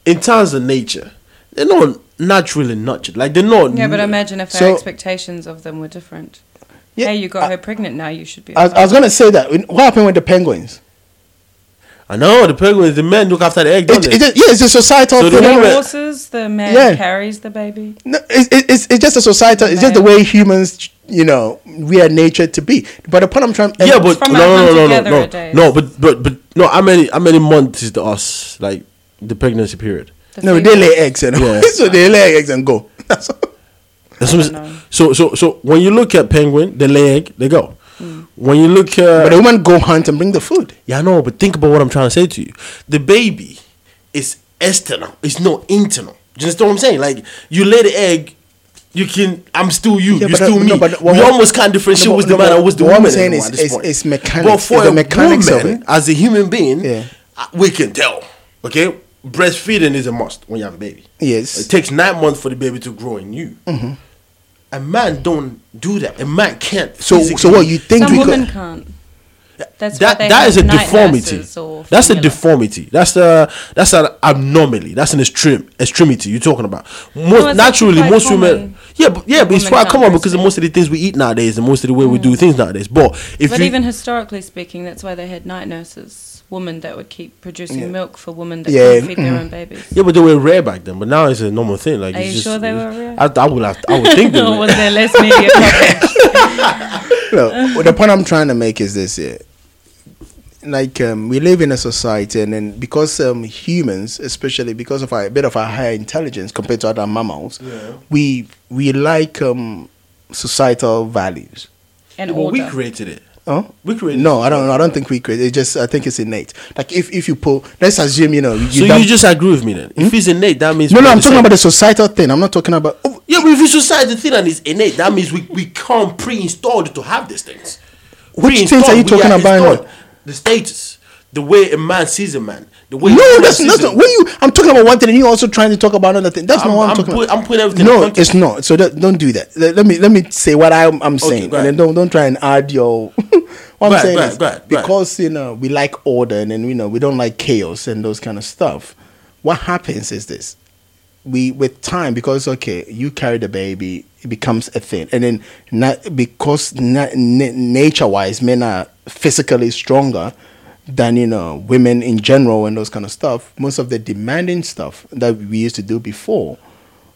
Speaker 1: in terms of nature. They're not naturally nurtured. Like they're not.
Speaker 2: yeah, but imagine if
Speaker 3: So-
Speaker 2: our expectations of them were different.
Speaker 3: Yeah,
Speaker 2: hey, you got
Speaker 3: I-
Speaker 2: her pregnant now. You should be.
Speaker 3: I, was- I was gonna say that. What happened with the penguins?
Speaker 1: I know the penguins. The men look after the egg. Don't
Speaker 3: It,
Speaker 1: they?
Speaker 3: it, just- yeah, it's a societal
Speaker 1: So the
Speaker 3: phenomenon.
Speaker 1: woman-
Speaker 2: horses, the man
Speaker 3: Yeah.
Speaker 2: carries the baby.
Speaker 3: No, it's, it's, it's just a societal. It's just the way humans, you know, we are natured to be. But the point I'm trying,
Speaker 1: yeah,
Speaker 3: and-
Speaker 1: but
Speaker 2: from
Speaker 1: no,
Speaker 2: our
Speaker 1: no, no, no, no,
Speaker 2: hunter-gatherer
Speaker 1: no,
Speaker 2: days.
Speaker 1: no, but but but no. How many how many months is the us like the pregnancy period?
Speaker 2: The
Speaker 3: no, they
Speaker 2: female.
Speaker 3: lay eggs and
Speaker 1: Yeah.
Speaker 3: [laughs] so they lay eggs and go. [laughs] That's all.
Speaker 1: That's what I'm
Speaker 2: don't
Speaker 1: s-
Speaker 2: know.
Speaker 1: so so so when you look at penguin, they lay egg, they go.
Speaker 2: Mm.
Speaker 1: When you look at
Speaker 3: But the woman go hunt and bring the food.
Speaker 1: yeah, I know, but think about what I'm trying to say to you. The baby is external. It's not internal. Do you understand what I'm saying? Like you lay the egg. You can. I'm still you.
Speaker 3: Yeah,
Speaker 1: you're
Speaker 3: but, uh,
Speaker 1: still
Speaker 3: no,
Speaker 1: me.
Speaker 3: but what-
Speaker 1: we almost can't differentiate
Speaker 3: no, but-
Speaker 1: who's the
Speaker 3: no,
Speaker 1: man
Speaker 3: but
Speaker 1: and who's the
Speaker 3: what I'm
Speaker 1: woman.
Speaker 3: saying
Speaker 1: anymore
Speaker 3: is-
Speaker 1: at this
Speaker 3: is-
Speaker 1: point.
Speaker 3: is mechanics,
Speaker 1: But for
Speaker 3: is the
Speaker 1: a
Speaker 3: mechanics of
Speaker 1: woman,
Speaker 3: it.
Speaker 1: as a human being,
Speaker 3: Yeah.
Speaker 1: uh, we can tell. Okay, breastfeeding is a must when you have a baby.
Speaker 3: Yes. Mm-hmm.
Speaker 1: it takes nine months for the baby to grow in you. A man don't do that. A man can't.
Speaker 3: So so
Speaker 1: physically-
Speaker 3: what you think?
Speaker 2: Some
Speaker 3: we
Speaker 2: women
Speaker 3: got-
Speaker 2: can't. That's
Speaker 1: that
Speaker 2: why they
Speaker 1: that
Speaker 2: have
Speaker 1: is a
Speaker 2: night
Speaker 1: deformity.
Speaker 2: nurses or
Speaker 1: That's a
Speaker 2: formula.
Speaker 1: deformity. That's a that's an abnormally. That's an extreme extremity. You're talking about most
Speaker 2: it's actually
Speaker 1: naturally
Speaker 2: quite
Speaker 1: most
Speaker 2: common.
Speaker 1: women. Yeah, but, yeah, but it's
Speaker 2: women
Speaker 1: why I
Speaker 2: can't
Speaker 1: come on
Speaker 2: roast
Speaker 1: because
Speaker 2: it. Mm.
Speaker 1: most of the things we eat nowadays and most of the way we do things nowadays. But if
Speaker 2: But
Speaker 1: you,
Speaker 2: even historically speaking, that's why they had night nurses, women that would keep producing milk for women that
Speaker 3: Yeah, mm-hmm.
Speaker 2: couldn't feed their own babies.
Speaker 1: yeah, but they were rare back then. But now it's a normal thing. Like,
Speaker 2: Are
Speaker 1: it's
Speaker 2: you
Speaker 1: just,
Speaker 2: sure they were rare?
Speaker 1: I, I would, have, I would
Speaker 2: [laughs]
Speaker 1: think they
Speaker 2: or
Speaker 1: were.
Speaker 2: was there less media
Speaker 3: [laughs]
Speaker 2: coverage?
Speaker 1: [laughs]
Speaker 3: Look, well, the point I'm trying to make is this here. Like um, we live in a society, and then because um, humans, especially because of our a bit of our higher intelligence compared to other mammals, we we like um, societal values.
Speaker 2: And
Speaker 1: Yeah, but we
Speaker 2: order.
Speaker 1: created it.
Speaker 3: Huh?
Speaker 1: We created.
Speaker 3: No, I don't. I don't think we create. It just I think it's innate. Like if, if you pull, let's assume you know. You
Speaker 1: So
Speaker 3: dump-
Speaker 1: you just agree with me then? If it's innate, that means
Speaker 3: no
Speaker 1: we
Speaker 3: no. I'm talking
Speaker 1: understand.
Speaker 3: about the societal thing. I'm not talking about. Oh,
Speaker 1: Yeah, but if it's society thing and it's innate, that means we, we can't pre-installed to have these things.
Speaker 3: Which things are
Speaker 1: Pre-installed,
Speaker 3: you
Speaker 1: we
Speaker 3: talking about
Speaker 1: installed.
Speaker 3: now?
Speaker 1: The status, the way a man sees a man, the way a
Speaker 3: no,
Speaker 1: woman
Speaker 3: that's
Speaker 1: sees
Speaker 3: that's
Speaker 1: a
Speaker 3: not. When you, I'm talking about one thing, and you also trying to talk about another thing. That's
Speaker 1: I'm,
Speaker 3: not what I'm,
Speaker 1: I'm
Speaker 3: talking
Speaker 1: put-
Speaker 3: about.
Speaker 1: I'm putting everything.
Speaker 3: No,
Speaker 1: in context.
Speaker 3: it's not. So that, don't do that. Let, let me let me say what I'm, I'm saying,
Speaker 1: go
Speaker 3: and then
Speaker 1: ahead.
Speaker 3: don't don't try and add your. [laughs] what
Speaker 1: Go
Speaker 3: I'm
Speaker 1: ahead,
Speaker 3: saying
Speaker 1: go ahead,
Speaker 3: is
Speaker 1: go ahead, go ahead.
Speaker 3: because you know we like order, and then you know we don't like chaos and those kind of stuff. What happens is this: we with time because okay, you carry the baby, it becomes a thing, and then not because na na- nature wise, men are physically stronger. Than you know, women in general and those kind of stuff. Most of the demanding stuff that we used to do before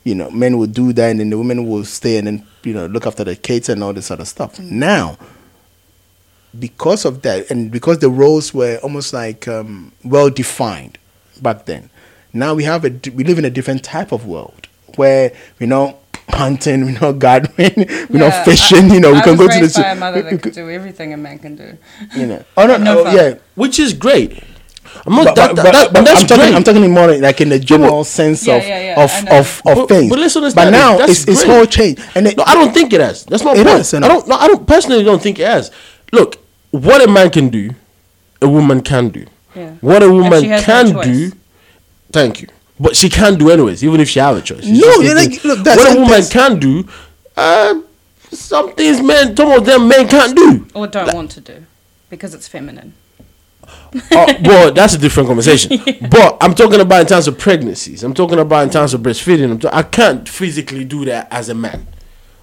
Speaker 3: you know, men will do that and then the women will stay and then, you know, look after the kids and all this other stuff. Now, because of that, and because the roles were almost like um, well defined back then, now we have a, di- we live in a different type of world where, you know, hunting, we're not gardening, [laughs] we're
Speaker 2: Yeah,
Speaker 3: not fishing,
Speaker 2: I-
Speaker 3: you know, we
Speaker 2: I
Speaker 3: can
Speaker 2: was
Speaker 3: go to the
Speaker 2: raised
Speaker 3: zoo.
Speaker 2: by a mother
Speaker 3: we- we
Speaker 2: that could do everything a man can do.
Speaker 3: could- you know. Oh, no,
Speaker 2: No
Speaker 3: no,
Speaker 2: fun.
Speaker 3: yeah.
Speaker 1: which is great. I'm not.
Speaker 3: But,
Speaker 1: that,
Speaker 3: but,
Speaker 1: that,
Speaker 3: but,
Speaker 1: that- that's
Speaker 3: I'm, talking,
Speaker 1: great.
Speaker 3: I'm talking more like in the general sense
Speaker 2: Yeah,
Speaker 3: of,
Speaker 2: yeah, yeah,
Speaker 3: of,
Speaker 2: I know.
Speaker 3: of, of
Speaker 1: But-
Speaker 3: things.
Speaker 1: but let's understand
Speaker 3: But
Speaker 1: it.
Speaker 3: now
Speaker 1: That's
Speaker 3: it's, it's
Speaker 1: great.
Speaker 3: whole change. And it,
Speaker 1: no, I don't think it has. That's not.
Speaker 3: It
Speaker 1: It
Speaker 3: has, you
Speaker 1: I
Speaker 3: know.
Speaker 1: don't. No, I don't personally don't think it has. Look, what a man can do, a woman can do.
Speaker 2: Yeah.
Speaker 1: What a
Speaker 2: And
Speaker 1: woman
Speaker 2: she has no
Speaker 1: can
Speaker 2: choice.
Speaker 1: do, thank you. But she can do anyways, even if she have a choice. It's
Speaker 3: No,
Speaker 1: just
Speaker 3: yeah,
Speaker 1: the
Speaker 3: like,
Speaker 1: thing.
Speaker 3: look, that's-
Speaker 1: what a
Speaker 3: and
Speaker 1: woman
Speaker 3: that's-
Speaker 1: can do, uh, some things men, some of them men can't do.
Speaker 2: Or don't want to do. Because it's feminine.
Speaker 1: Uh, well, that's a different conversation. But I'm talking about in terms of pregnancies. I'm talking about in terms of breastfeeding. I'm t- I can't physically do that as a man.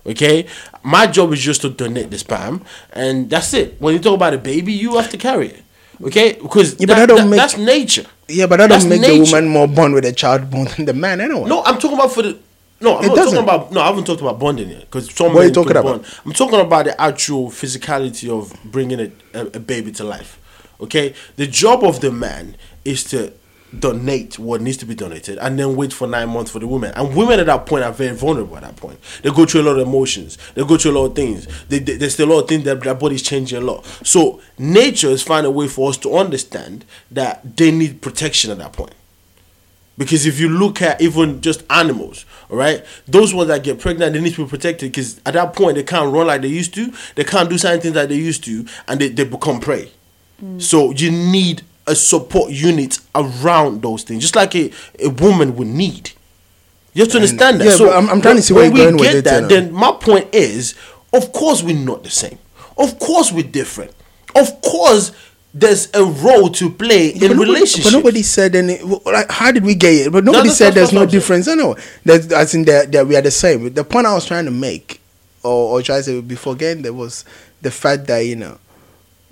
Speaker 1: Okay, my job is just to donate the sperm, and that's it. When you talk about a baby, you have to carry it. Okay, because
Speaker 3: Yeah, but
Speaker 1: that,
Speaker 3: that don't
Speaker 1: that-
Speaker 3: make-
Speaker 1: that's nature.
Speaker 3: Yeah, but that
Speaker 1: That's
Speaker 3: doesn't make
Speaker 1: nature.
Speaker 3: the woman more born with a child born than the man anyway.
Speaker 1: No, I'm talking about for the. No, I'm
Speaker 3: It
Speaker 1: not
Speaker 3: doesn't.
Speaker 1: talking about. No, I haven't talked about bonding yet because some.
Speaker 3: What are you
Speaker 1: men
Speaker 3: talking
Speaker 1: can
Speaker 3: about?
Speaker 1: bond. I'm talking about the actual physicality of bringing a, a, a baby to life. Okay, the job of the man is to donate what needs to be donated and then wait for nine months for the woman and women at that point are very vulnerable at that point they go through a lot of emotions they go through a lot of things they, they, there's still a lot of things that their body's changing a lot so nature has found a way for us to understand that they need protection at that point because if you look at even just animals, all right, those ones that get pregnant, they need to be protected because at that point they can't run like they used to, they can't do certain things like they used to, and they, they become prey. So you need a support unit around those things, just like a, a woman would need. You have to understand that.
Speaker 3: yeah,
Speaker 1: so
Speaker 3: but I'm- I'm trying to see where
Speaker 1: when
Speaker 3: you're going
Speaker 1: we
Speaker 3: with
Speaker 1: get
Speaker 3: it, you know.
Speaker 1: that, then my point is, of course we're not the same. Of course we're different. Of course there's a role to play in
Speaker 3: but nobody,
Speaker 1: relationships.
Speaker 3: But nobody said any. well, Like, how did we get it? But nobody
Speaker 1: that's-
Speaker 3: said
Speaker 1: that's
Speaker 3: there's
Speaker 1: what
Speaker 3: no
Speaker 1: I'm saying.
Speaker 3: difference. I know. That I think that, that we are the same. The point I was trying to make, or, or try to say before getting there, was the fact that you know,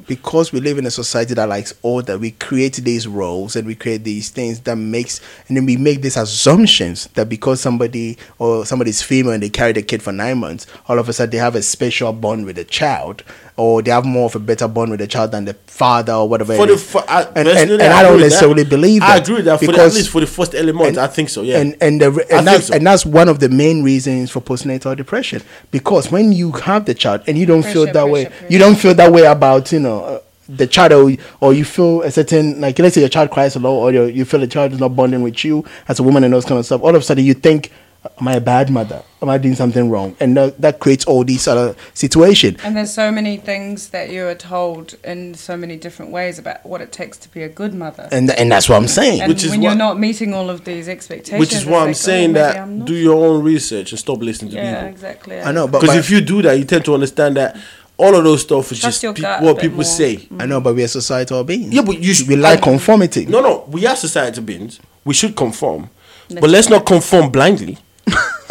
Speaker 3: because we live in a society that likes order, we create these roles and we create these things that makes, and then we make these assumptions that because somebody or somebody's female and they carry the kid for nine months, all of a sudden they have a special bond with the child, or they have more of a better bond with the child than the father or whatever.
Speaker 1: for
Speaker 3: it
Speaker 1: the
Speaker 3: is.
Speaker 1: for, I,
Speaker 3: and, and,
Speaker 1: personally,
Speaker 3: and I don't
Speaker 1: agree with
Speaker 3: necessarily
Speaker 1: that.
Speaker 3: believe that.
Speaker 1: I agree with that for the, at least for the first element. I think so. Yeah,
Speaker 3: And and the, re-
Speaker 1: I
Speaker 3: and, that's,
Speaker 1: think so.
Speaker 3: and that's one of the main reasons for postnatal depression because when you have the child and you don't feel
Speaker 2: Pressure,
Speaker 3: that way,
Speaker 2: pressure,
Speaker 3: you don't feel that way about you know. Uh, the child, or, or you feel a certain like, let's say your child cries a lot, or you you feel the child is not bonding with you as a woman and those kind of stuff. All of a sudden, you think, "Am I a bad mother? Am I doing something wrong?" And that, that creates all these other situation.
Speaker 2: And there's so many things that you are told in so many different ways about what it takes to be a good mother.
Speaker 3: And and that's what I'm saying.
Speaker 2: And
Speaker 1: Which is
Speaker 2: when
Speaker 1: what-
Speaker 2: you're not meeting all of these expectations,
Speaker 1: which is why
Speaker 2: it's
Speaker 1: I'm
Speaker 2: like, oh,
Speaker 1: saying
Speaker 2: maybe
Speaker 1: that
Speaker 2: I'm not.
Speaker 1: do your own research and stop listening to
Speaker 2: yeah,
Speaker 1: people.
Speaker 2: exactly.
Speaker 3: I know, but
Speaker 1: Because
Speaker 3: but-
Speaker 1: if you do that, you tend to understand that all of those stuff is
Speaker 2: Trust your
Speaker 1: just pe-
Speaker 2: gut a
Speaker 1: what
Speaker 2: bit
Speaker 1: people
Speaker 2: more.
Speaker 1: say.
Speaker 3: I know, but we are societal beings.
Speaker 1: Yeah, but you should
Speaker 3: we like conformity.
Speaker 1: No, no, we are society beings. We should conform,
Speaker 2: Let's
Speaker 1: but let's
Speaker 2: try.
Speaker 1: not conform blindly.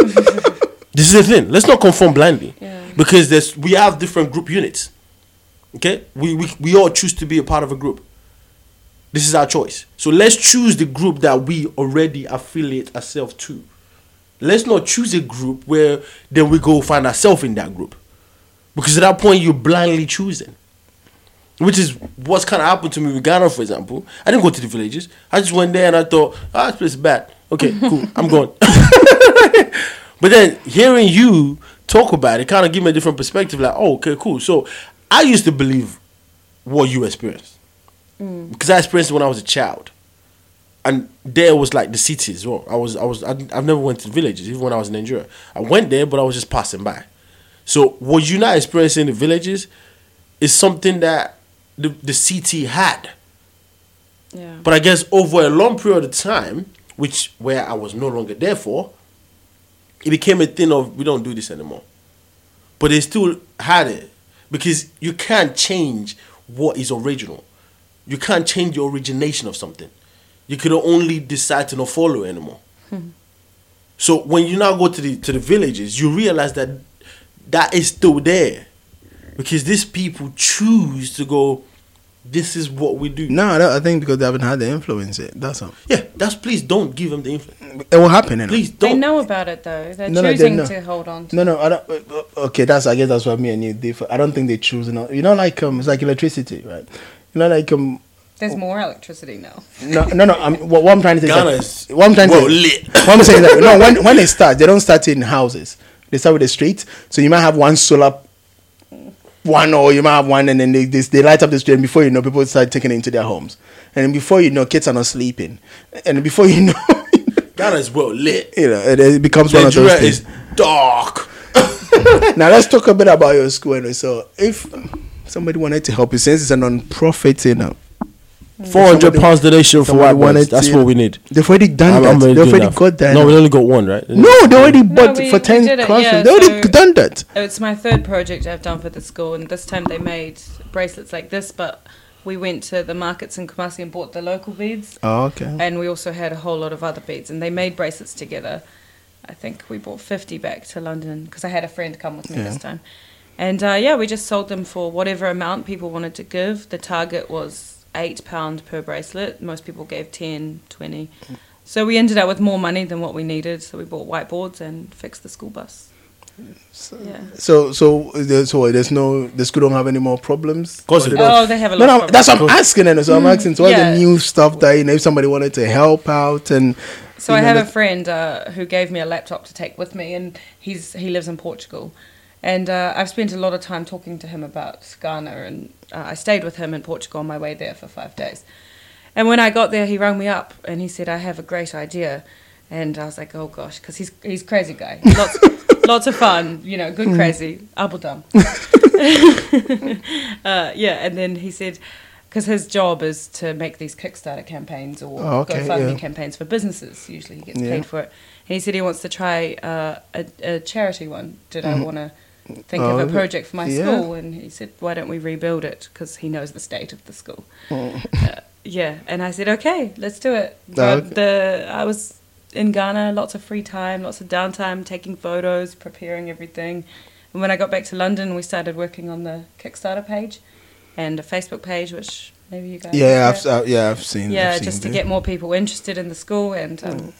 Speaker 1: This is the thing. Let's not conform blindly.
Speaker 2: Yeah.
Speaker 1: Because there's we have different group units. Okay? We, we we all choose to be a part of a group. This is our choice. So let's choose the group that we already affiliate ourselves to. Let's not choose a group where then we go find ourselves in that group. Because at that point you're blindly choosing. Which is what's kind of happened to me with Ghana, for example. I didn't go to the villages. I just went there and I thought, ah, this place is bad. Okay, cool. I'm [laughs] going. but then hearing you talk about it kind of give me a different perspective. Like, oh, okay, cool. So I used to believe what you experienced because I experienced it when I was a child, and there was like the city as well. I was, I was, I, I've never went to villages even when I was in Nigeria. I went there, but I was just passing by. So what you're not experiencing in the villages is something that the the city had.
Speaker 2: Yeah.
Speaker 1: But I guess over a long period of time, which where I was no longer there for, it became a thing of we don't do this anymore. But they still had it because you can't change what is original. You can't change the origination of something. You could only decide to not follow it anymore. so when you now go to the to the villages, you realize that that is still there because these people choose to go. This is what we do.
Speaker 3: No, I, don't- I think because they haven't had the influence yet. That's all.
Speaker 1: Yeah, that's please don't give him the influence.
Speaker 3: It will happen. innit?
Speaker 1: Please
Speaker 2: They
Speaker 1: don't.
Speaker 2: know about it though. They're
Speaker 3: No, no, they
Speaker 2: choosing
Speaker 3: know.
Speaker 2: to hold on to
Speaker 3: No, no, I don't. uh, uh, Okay, that's I guess that's what me and you differ. I don't think they choose. Not, you know, like um, it's like electricity, right? You know, like um,
Speaker 2: There's more electricity now.
Speaker 3: no, no, no. I'm, what, what I'm trying to say,
Speaker 1: Ghana
Speaker 3: is,
Speaker 1: is
Speaker 3: that- what I'm trying to
Speaker 1: well
Speaker 3: say,
Speaker 1: lit.
Speaker 3: what I'm saying is that no, when when
Speaker 1: [laughs]
Speaker 3: they start, they don't start in houses. They start with the street. So you might have one solar, one or you might have one, and then they they, they light up the street, and before you know, people start taking it into their homes, and then before you know, kids are not sleeping, and before you know, [laughs]
Speaker 1: Ghana is well lit.
Speaker 3: you know, it, it becomes one of
Speaker 1: Nigeria
Speaker 3: those things. Mm.
Speaker 1: is dark.
Speaker 3: now let's talk a bit about your school. And so, if somebody wanted to help you, since it's a non-profit, you know,
Speaker 1: Four hundred pounds donation for
Speaker 3: somebody
Speaker 1: white ones.
Speaker 3: wanted
Speaker 1: That's
Speaker 3: to-
Speaker 1: what we need.
Speaker 3: they've already done
Speaker 1: I'm-
Speaker 3: that.
Speaker 1: I'm already
Speaker 3: they've
Speaker 1: doing that.
Speaker 3: already got that.
Speaker 1: No, we
Speaker 3: No,
Speaker 1: only got one, right?
Speaker 3: they already bought
Speaker 2: we-
Speaker 3: for
Speaker 2: we
Speaker 3: ten
Speaker 2: did it,
Speaker 3: classrooms.
Speaker 2: yeah,
Speaker 3: they already
Speaker 2: so-
Speaker 3: done that.
Speaker 2: Oh, It's my third project I've done for the school, and this time they made bracelets like this. But we went to the markets in Kumasi and bought the local beads,
Speaker 3: Oh, okay.
Speaker 2: and we also had a whole lot of other beads, and they made bracelets together. I think we bought 50 back to London because I had a friend come with me
Speaker 3: Yeah.
Speaker 2: this time. And uh, yeah, we just sold them for whatever amount people wanted to give. The target was £8 per bracelet. Most people gave 10, 20. So we ended up with more money than what we needed. So we bought whiteboards and fixed the school bus. yeah.
Speaker 3: So, so, there- so there's no the school don't have any more problems.
Speaker 1: Course
Speaker 3: Or
Speaker 1: it
Speaker 3: they
Speaker 1: does.
Speaker 3: don't-
Speaker 2: Oh, they have a lot.
Speaker 3: No, no,
Speaker 2: of
Speaker 3: that's
Speaker 2: problems. Mm,
Speaker 3: what I'm asking, and so I'm asking. So, what's
Speaker 2: yeah.
Speaker 3: the new stuff that you know, if somebody wanted to help out, and
Speaker 2: So
Speaker 3: you
Speaker 2: I
Speaker 3: know,
Speaker 2: have a
Speaker 3: that-
Speaker 2: friend uh, who gave me a laptop to take with me, and he's he lives in Portugal, and uh, I've spent a lot of time talking to him about Ghana, and uh, I stayed with him in Portugal on my way there for five days, and when I got there, he rang me up and he said, "I have a great idea," and I was like, "Oh gosh," because he's he's a crazy guy, lots [laughs] lots of fun, you know,
Speaker 3: Mm.
Speaker 2: good crazy, apple
Speaker 3: [laughs]
Speaker 2: dumb. [laughs] uh, yeah, and then he said, because his job is to make these Kickstarter campaigns or
Speaker 3: Oh, okay,
Speaker 2: GoFundMe
Speaker 3: yeah.
Speaker 2: campaigns for businesses. Usually he gets
Speaker 3: Yeah.
Speaker 2: paid for it. And he said he wants to try uh, a, a charity one. Did I want to think
Speaker 3: Mm-hmm. Oh,
Speaker 2: of a project for my
Speaker 3: yeah.
Speaker 2: school? And he said, why don't we rebuild it? Because he knows the state of the school.
Speaker 3: Mm.
Speaker 2: Uh, yeah, and I said, okay, let's do it. So
Speaker 3: Oh, okay.
Speaker 2: the I was in Ghana, lots of free time, lots of downtime, taking photos, preparing everything. And when I got back to London, we started working on the Kickstarter page and a Facebook page, which maybe you guys
Speaker 3: yeah, I've,
Speaker 2: look at.
Speaker 3: uh, yeah, I've seen.
Speaker 2: yeah,
Speaker 3: I've seen
Speaker 2: just to
Speaker 3: that.
Speaker 2: get more people interested in the school. And
Speaker 3: Mm.
Speaker 2: um,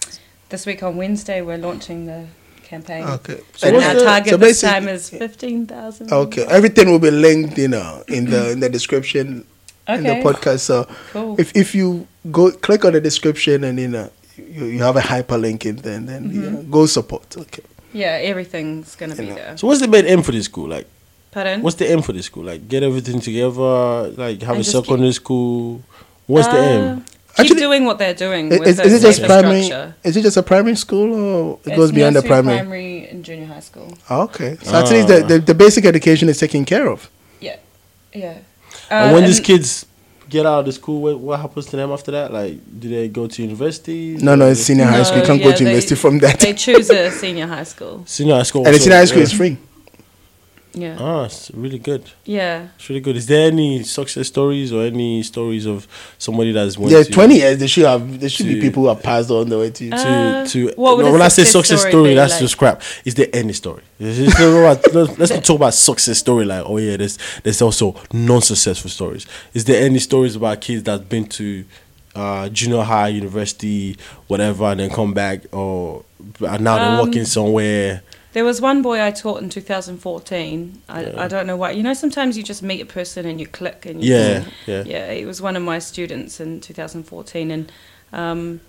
Speaker 2: this week on Wednesday, we're launching the campaign.
Speaker 3: Okay.
Speaker 1: So
Speaker 2: and
Speaker 1: what's
Speaker 2: our
Speaker 1: the-
Speaker 2: target
Speaker 3: so
Speaker 2: this
Speaker 3: basic-
Speaker 2: time is fifteen thousand.
Speaker 3: Okay, everything will be linked, you know, in the in the description in the
Speaker 2: Okay.
Speaker 3: podcast. So
Speaker 2: Cool.
Speaker 3: if if you go click on the description and you know you, you have a hyperlink in there, and then
Speaker 2: Mm-hmm.
Speaker 3: you know, go support. Okay,
Speaker 2: Yeah, everything's gonna be
Speaker 3: You know.
Speaker 2: there.
Speaker 1: So what's the main aim for this school? Like,
Speaker 2: Pardon?
Speaker 1: what's the aim for this school? Like, get everything together. Like, have
Speaker 2: And
Speaker 1: a
Speaker 2: just keep-
Speaker 1: secondary school. What's the
Speaker 2: Uh,
Speaker 1: aim?
Speaker 2: Keep
Speaker 3: Actually-
Speaker 2: doing what they're doing.
Speaker 3: I-
Speaker 2: Mm, with
Speaker 3: is, is it
Speaker 2: the
Speaker 3: just primary?
Speaker 2: infrastructure.
Speaker 3: Is it just a primary school or it
Speaker 2: It's
Speaker 3: goes beyond the
Speaker 2: nursery,
Speaker 3: primary?
Speaker 2: primary and junior high school.
Speaker 3: Ah, okay, so at least the,
Speaker 1: Ah.
Speaker 3: the, the basic education is taken care of.
Speaker 2: Yeah, yeah.
Speaker 1: and
Speaker 2: Uh,
Speaker 1: when these kids get out of the school, what, what happens to them after that? Like, do they go to university?
Speaker 3: No, no, it's senior high school. You
Speaker 2: No,
Speaker 3: can't go
Speaker 2: yeah,
Speaker 3: to university
Speaker 2: they- [laughs]
Speaker 3: [laughs] from that,
Speaker 2: They choose a senior high school.
Speaker 1: senior high school.
Speaker 3: and the
Speaker 1: so-
Speaker 3: senior high school
Speaker 1: yeah.
Speaker 3: is free.
Speaker 2: Yeah.
Speaker 1: Ah, it's really good.
Speaker 2: Yeah.
Speaker 1: It's really good. Is there any success stories or any stories of somebody that's went
Speaker 3: yeah,
Speaker 1: to-
Speaker 3: twenty years. They should have. There should be
Speaker 1: to-
Speaker 3: people who have passed on the way to.
Speaker 2: Uh,
Speaker 1: to to
Speaker 2: what would
Speaker 1: no,
Speaker 2: a
Speaker 1: when I say success
Speaker 2: success story
Speaker 1: story,
Speaker 2: be
Speaker 1: that's
Speaker 2: like?
Speaker 1: just crap. Is there any story? It's- it's not about- [laughs] let's let's not talk about success story. Like oh yeah, there's there's also non-successful stories. Is there any stories about kids that's been to uh, junior high, university, whatever, and then come back or are now
Speaker 2: Um,
Speaker 1: they're working somewhere?
Speaker 2: There was one boy I taught in 2014. I, I don't know why. You know, sometimes you just meet a person and you click and you
Speaker 1: Yeah, yeah.
Speaker 2: yeah. He was one of my students in 2014, and um,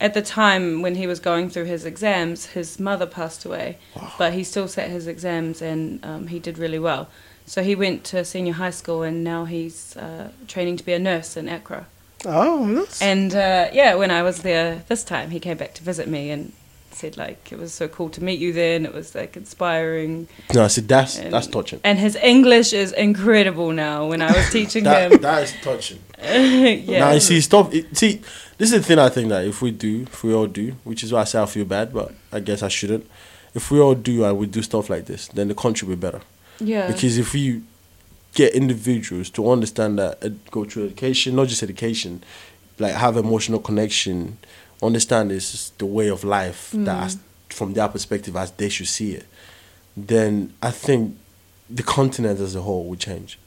Speaker 2: at the time when he was going through his exams, his mother passed away, but he still sat his exams and um, he did really well. So he went to senior high school and now he's uh, training to be a nurse in Accra.
Speaker 3: oh, that's,
Speaker 2: And uh, yeah, when I was there this time, he came back to visit me and said like it was so cool to meet you there, and it was like inspiring.
Speaker 1: No, I said that's
Speaker 2: And,
Speaker 1: that's touching.
Speaker 2: And his English is incredible now. When I
Speaker 1: [laughs]
Speaker 2: was teaching
Speaker 1: That,
Speaker 2: him,
Speaker 1: that is touching.
Speaker 2: [laughs] yeah,
Speaker 1: Now you see stuff. It, see, this is the thing I think that if we do, if we all do, which is why I say I feel bad, but I guess I shouldn't. If we all do and we do stuff like this, then the country will be better.
Speaker 2: yeah,
Speaker 1: Because if you get individuals to understand that, ed- go through education, not just education, like have emotional connection, understand this is the way of life
Speaker 2: Mm.
Speaker 1: that as, from their perspective as they should see it, then I think the continent as a whole will change.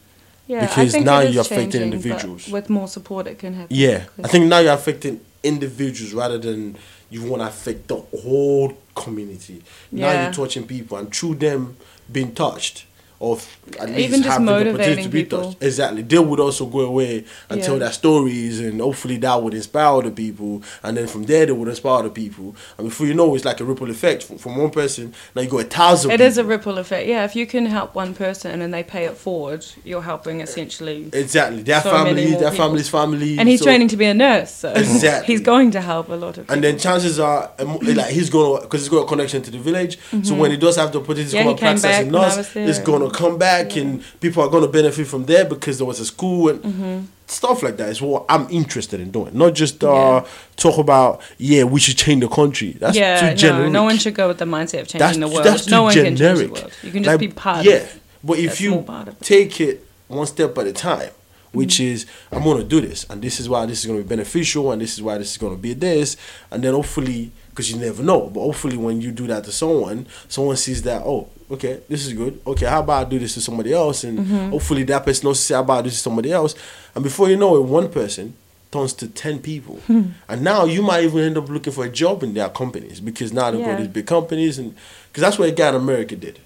Speaker 2: yeah. I
Speaker 1: because
Speaker 2: think
Speaker 1: now
Speaker 2: it is
Speaker 1: you're affecting
Speaker 2: changing, but
Speaker 1: individuals.
Speaker 2: With more support, it can happen.
Speaker 1: Yeah, I think now you're affecting individuals rather than you want to affect the whole community. Now
Speaker 2: Yeah.
Speaker 1: you're touching people, and through them being touched, or f- at least
Speaker 2: Even just
Speaker 1: having the opportunity
Speaker 2: motivating
Speaker 1: to be
Speaker 2: people.
Speaker 1: touched, exactly, they would also go away and
Speaker 2: Yeah.
Speaker 1: tell their stories, and hopefully that would inspire other people, and then from there they would inspire other people, and before you know, it's like a ripple effect from, from one person. Now you got a thousand.
Speaker 2: It is a
Speaker 1: people.
Speaker 2: ripple effect. Yeah, if you can help one person and they pay it forward, you're helping essentially.
Speaker 1: exactly their
Speaker 2: so many
Speaker 1: family,
Speaker 2: more
Speaker 1: their
Speaker 2: people.
Speaker 1: family's family,
Speaker 2: And he's
Speaker 1: so-
Speaker 2: training to be a nurse, so
Speaker 1: Exactly.
Speaker 2: he's going to help a lot of people.
Speaker 1: And then chances are, um, like he's gonna, because he's got a connection to the village. So when he does have the opportunity to
Speaker 2: Mm-hmm. Yeah,
Speaker 1: come
Speaker 2: he
Speaker 1: and
Speaker 2: came
Speaker 1: practice
Speaker 2: back
Speaker 1: as a
Speaker 2: when I
Speaker 1: nurse,
Speaker 2: was
Speaker 1: it's
Speaker 2: there.
Speaker 1: gonna come back, and people are gonna benefit from there because there was a school and
Speaker 2: Mm-hmm.
Speaker 1: stuff like that. Is what I'm interested in doing, not just uh,
Speaker 2: Yeah.
Speaker 1: talk about. Yeah, we should change the country. That's
Speaker 2: yeah,
Speaker 1: too generic.
Speaker 2: no, no one should go with the mindset of changing
Speaker 1: That's
Speaker 2: the world.
Speaker 1: that's too
Speaker 2: no one
Speaker 1: generic.
Speaker 2: can change the world. You can just
Speaker 1: Like,
Speaker 2: be part.
Speaker 1: Yeah,
Speaker 2: Of,
Speaker 1: but
Speaker 2: a
Speaker 1: if
Speaker 2: small
Speaker 1: you
Speaker 2: part of it.
Speaker 1: take it one step at a time, which is I'm gonna do this, and this is why this is gonna be beneficial, and this is why this is gonna be this, and then hopefully, because you never know, but hopefully when you do that to someone, someone sees that oh. Okay, this is good. Okay, how about I do this to somebody else? And hopefully that person also say, how about I do this to somebody else? And before you know it, one person turns to 10 people. And now you might even end up looking for a job in their companies because now they've
Speaker 2: Yeah.
Speaker 1: got these big companies. and Because that's what a guy in America did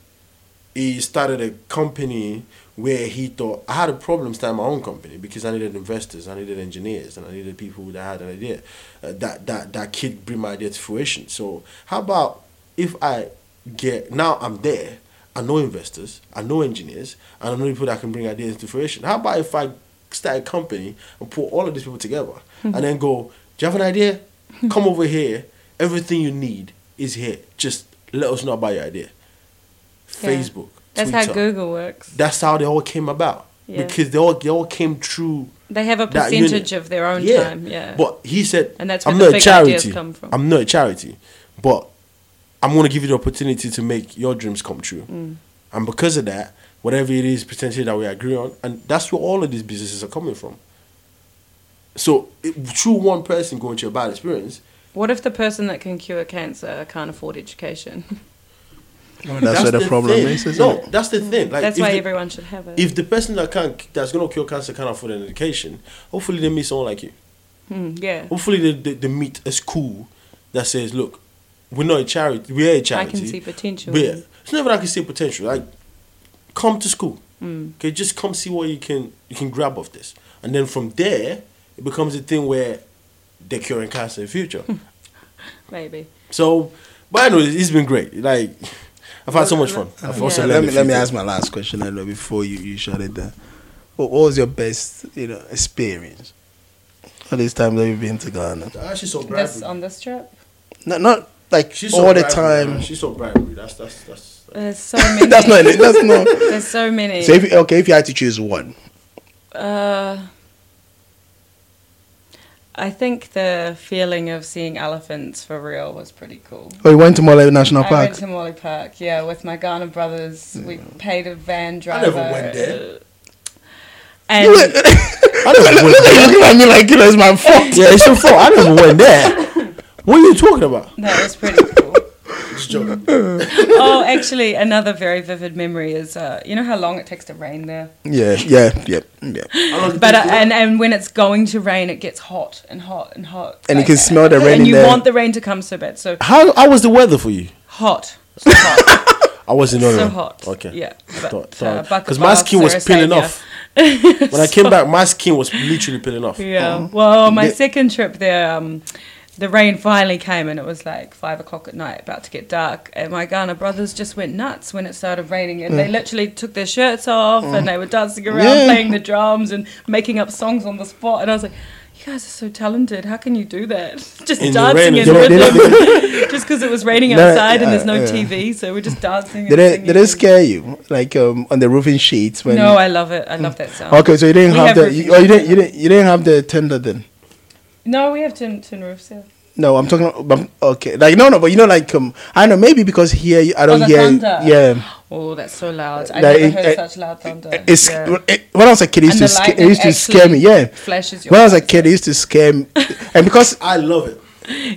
Speaker 1: he started a company where he thought I had a problem starting my own company because I needed investors, I needed engineers, and I needed people that had an idea. Uh, that that that kid bring my idea to fruition. So how about if I get now I'm there, I know investors, I know engineers, and I know people that can bring ideas to fruition. How about if I start a company and put all of these people together and then go, do you have an idea? Come over here. Everything you need is here. Just let us know about your idea.
Speaker 2: Yeah.
Speaker 1: Facebook.
Speaker 2: That's
Speaker 1: Twitter.
Speaker 2: how Google works.
Speaker 1: That's how they all came about
Speaker 2: Yeah.
Speaker 1: because they all they all came through.
Speaker 2: They have a
Speaker 1: that
Speaker 2: percentage
Speaker 1: unit.
Speaker 2: of their own time. Yeah.
Speaker 1: But he said,
Speaker 2: And that's where
Speaker 1: I'm
Speaker 2: the
Speaker 1: not a
Speaker 2: big ideas
Speaker 1: charity.
Speaker 2: come from."
Speaker 1: I'm not a charity, but I'm gonna give you the opportunity to make your dreams come true.
Speaker 2: Mm.
Speaker 1: And because of that, whatever it is potentially that we agree on, and that's where all of these businesses are coming from. So it, through one person going through a bad experience,
Speaker 2: what if the person that can cure cancer can't afford education? [laughs]
Speaker 3: that's, where the, problem
Speaker 1: thing.
Speaker 3: is. Isn't
Speaker 1: no,
Speaker 3: it?
Speaker 1: that's the thing. Like
Speaker 2: That's
Speaker 1: if
Speaker 2: why
Speaker 1: the-
Speaker 2: everyone should have it.
Speaker 1: if the person that can't that's gonna cure cancer can't afford an education, hopefully they meet someone like you.
Speaker 2: Hmm, yeah.
Speaker 1: Hopefully they, they, they meet a school that says, look, we're not a charity, we're a
Speaker 2: I
Speaker 1: charity.
Speaker 2: can see potential.
Speaker 1: But yeah, it's never like I can see potential. Like, come to school.
Speaker 2: Mm.
Speaker 1: Okay, just come see what you can you can grab off this, and then from there it becomes a thing where they're curing cancer in
Speaker 2: [laughs]
Speaker 1: future.
Speaker 2: Maybe.
Speaker 1: so, but I know it's been great. Like, I've had so much fun. I've also
Speaker 2: Yeah.
Speaker 1: learned
Speaker 3: let
Speaker 1: a
Speaker 3: me
Speaker 1: few
Speaker 3: let me
Speaker 1: things.
Speaker 3: ask my last question I know, before you, you shut it down. What, what was your best you know experience? All these times that you've been to Ghana,
Speaker 1: Ah, she's so bright.
Speaker 2: This on this trip.
Speaker 3: not not like
Speaker 1: She's so
Speaker 3: all the
Speaker 1: bright,
Speaker 3: time.
Speaker 1: man. She's so bright. man. That's that's that's. [laughs]
Speaker 2: There's so many.
Speaker 3: [laughs] that's not it.
Speaker 2: [laughs]
Speaker 3: That's not.
Speaker 2: There's so many.
Speaker 3: So if you, okay, if you had to choose one,
Speaker 2: uh, I think the feeling of seeing elephants for real was pretty cool.
Speaker 3: Oh, you went to Mole National
Speaker 2: I went
Speaker 3: Park. [laughs]
Speaker 2: to Morley Park, yeah, with my Ghana brothers. We paid a van
Speaker 1: I
Speaker 2: driver.
Speaker 1: never went there.
Speaker 2: And
Speaker 1: I never went there.
Speaker 3: You're looking at me like you know, it's
Speaker 2: [laughs]
Speaker 3: my fault.
Speaker 1: Yeah, it's your fault. I never went [laughs] there. What are you talking about?
Speaker 2: that was pretty
Speaker 3: [laughs]
Speaker 2: cool.
Speaker 1: Just joking.
Speaker 2: Oh, actually, another very vivid memory is uh, you know how long it takes to rain there?
Speaker 3: Yeah, yeah, yeah, yeah.
Speaker 1: Oh,
Speaker 2: But uh, and and when it's going to rain, it gets hot and hot and hot.
Speaker 3: And you can smell the rain
Speaker 2: And
Speaker 3: in
Speaker 2: you
Speaker 3: there.
Speaker 2: want the rain to come so bad. So
Speaker 1: How, how was the weather for you?
Speaker 2: hot, so hot,
Speaker 1: I wasn't on
Speaker 2: so
Speaker 1: it.
Speaker 2: hot.
Speaker 1: Okay.
Speaker 2: Yeah.
Speaker 1: Because
Speaker 2: uh, bucket
Speaker 1: my
Speaker 2: baths
Speaker 1: skin
Speaker 2: are a
Speaker 1: was peeling
Speaker 2: savior. [laughs]
Speaker 1: off. When I came back, my skin was literally peeling off.
Speaker 2: Yeah. Well, my
Speaker 3: Um, Yeah.
Speaker 2: second trip there, um, the rain finally came and it was like five o'clock at night, about to get dark. And my Ghana brothers just went nuts when it started raining, and they literally took their shirts off and they were dancing around,
Speaker 3: Mm. Yeah.
Speaker 2: playing the drums and making up songs on the spot. And I was like. You guys are so talented. How can you do that? [laughs] Just
Speaker 1: In the rain.
Speaker 2: dancing in
Speaker 1: They don't- they
Speaker 3: [laughs]
Speaker 2: rhythm. [laughs] just because it was raining
Speaker 3: No,
Speaker 2: outside and there's no
Speaker 3: uh, uh.
Speaker 2: TV, so we're just dancing.
Speaker 3: Did
Speaker 2: and
Speaker 3: it did
Speaker 2: singing.
Speaker 3: it scare you? Like um, on the roofing sheets when?
Speaker 2: No, I love it. I love that sound.
Speaker 3: Okay, so you didn't
Speaker 2: We
Speaker 3: have,
Speaker 2: have
Speaker 3: the
Speaker 2: roofing
Speaker 3: you, oh, you didn't
Speaker 2: sheets.
Speaker 3: you didn't you didn't have the tender then.
Speaker 2: No, we have tin, tin roofs here.
Speaker 3: No, I'm talking. About, okay, like no, no, but you know, like um, I don't know maybe because here you- I don't
Speaker 2: Oh, the
Speaker 3: hear.
Speaker 2: thunder.
Speaker 3: Oh, Yeah,
Speaker 2: Oh, that's so loud. I
Speaker 3: Like,
Speaker 2: never heard
Speaker 3: it-
Speaker 2: such loud thunder.
Speaker 3: it's
Speaker 2: Yeah.
Speaker 3: it- when I was a kid, it used
Speaker 2: And the
Speaker 3: to sca- it
Speaker 2: lightning
Speaker 3: used to scare me.
Speaker 2: actually
Speaker 3: Yeah,
Speaker 2: Flashes your
Speaker 3: when I was a kid, it used to
Speaker 2: [laughs]
Speaker 3: scare me, and because
Speaker 1: I love it.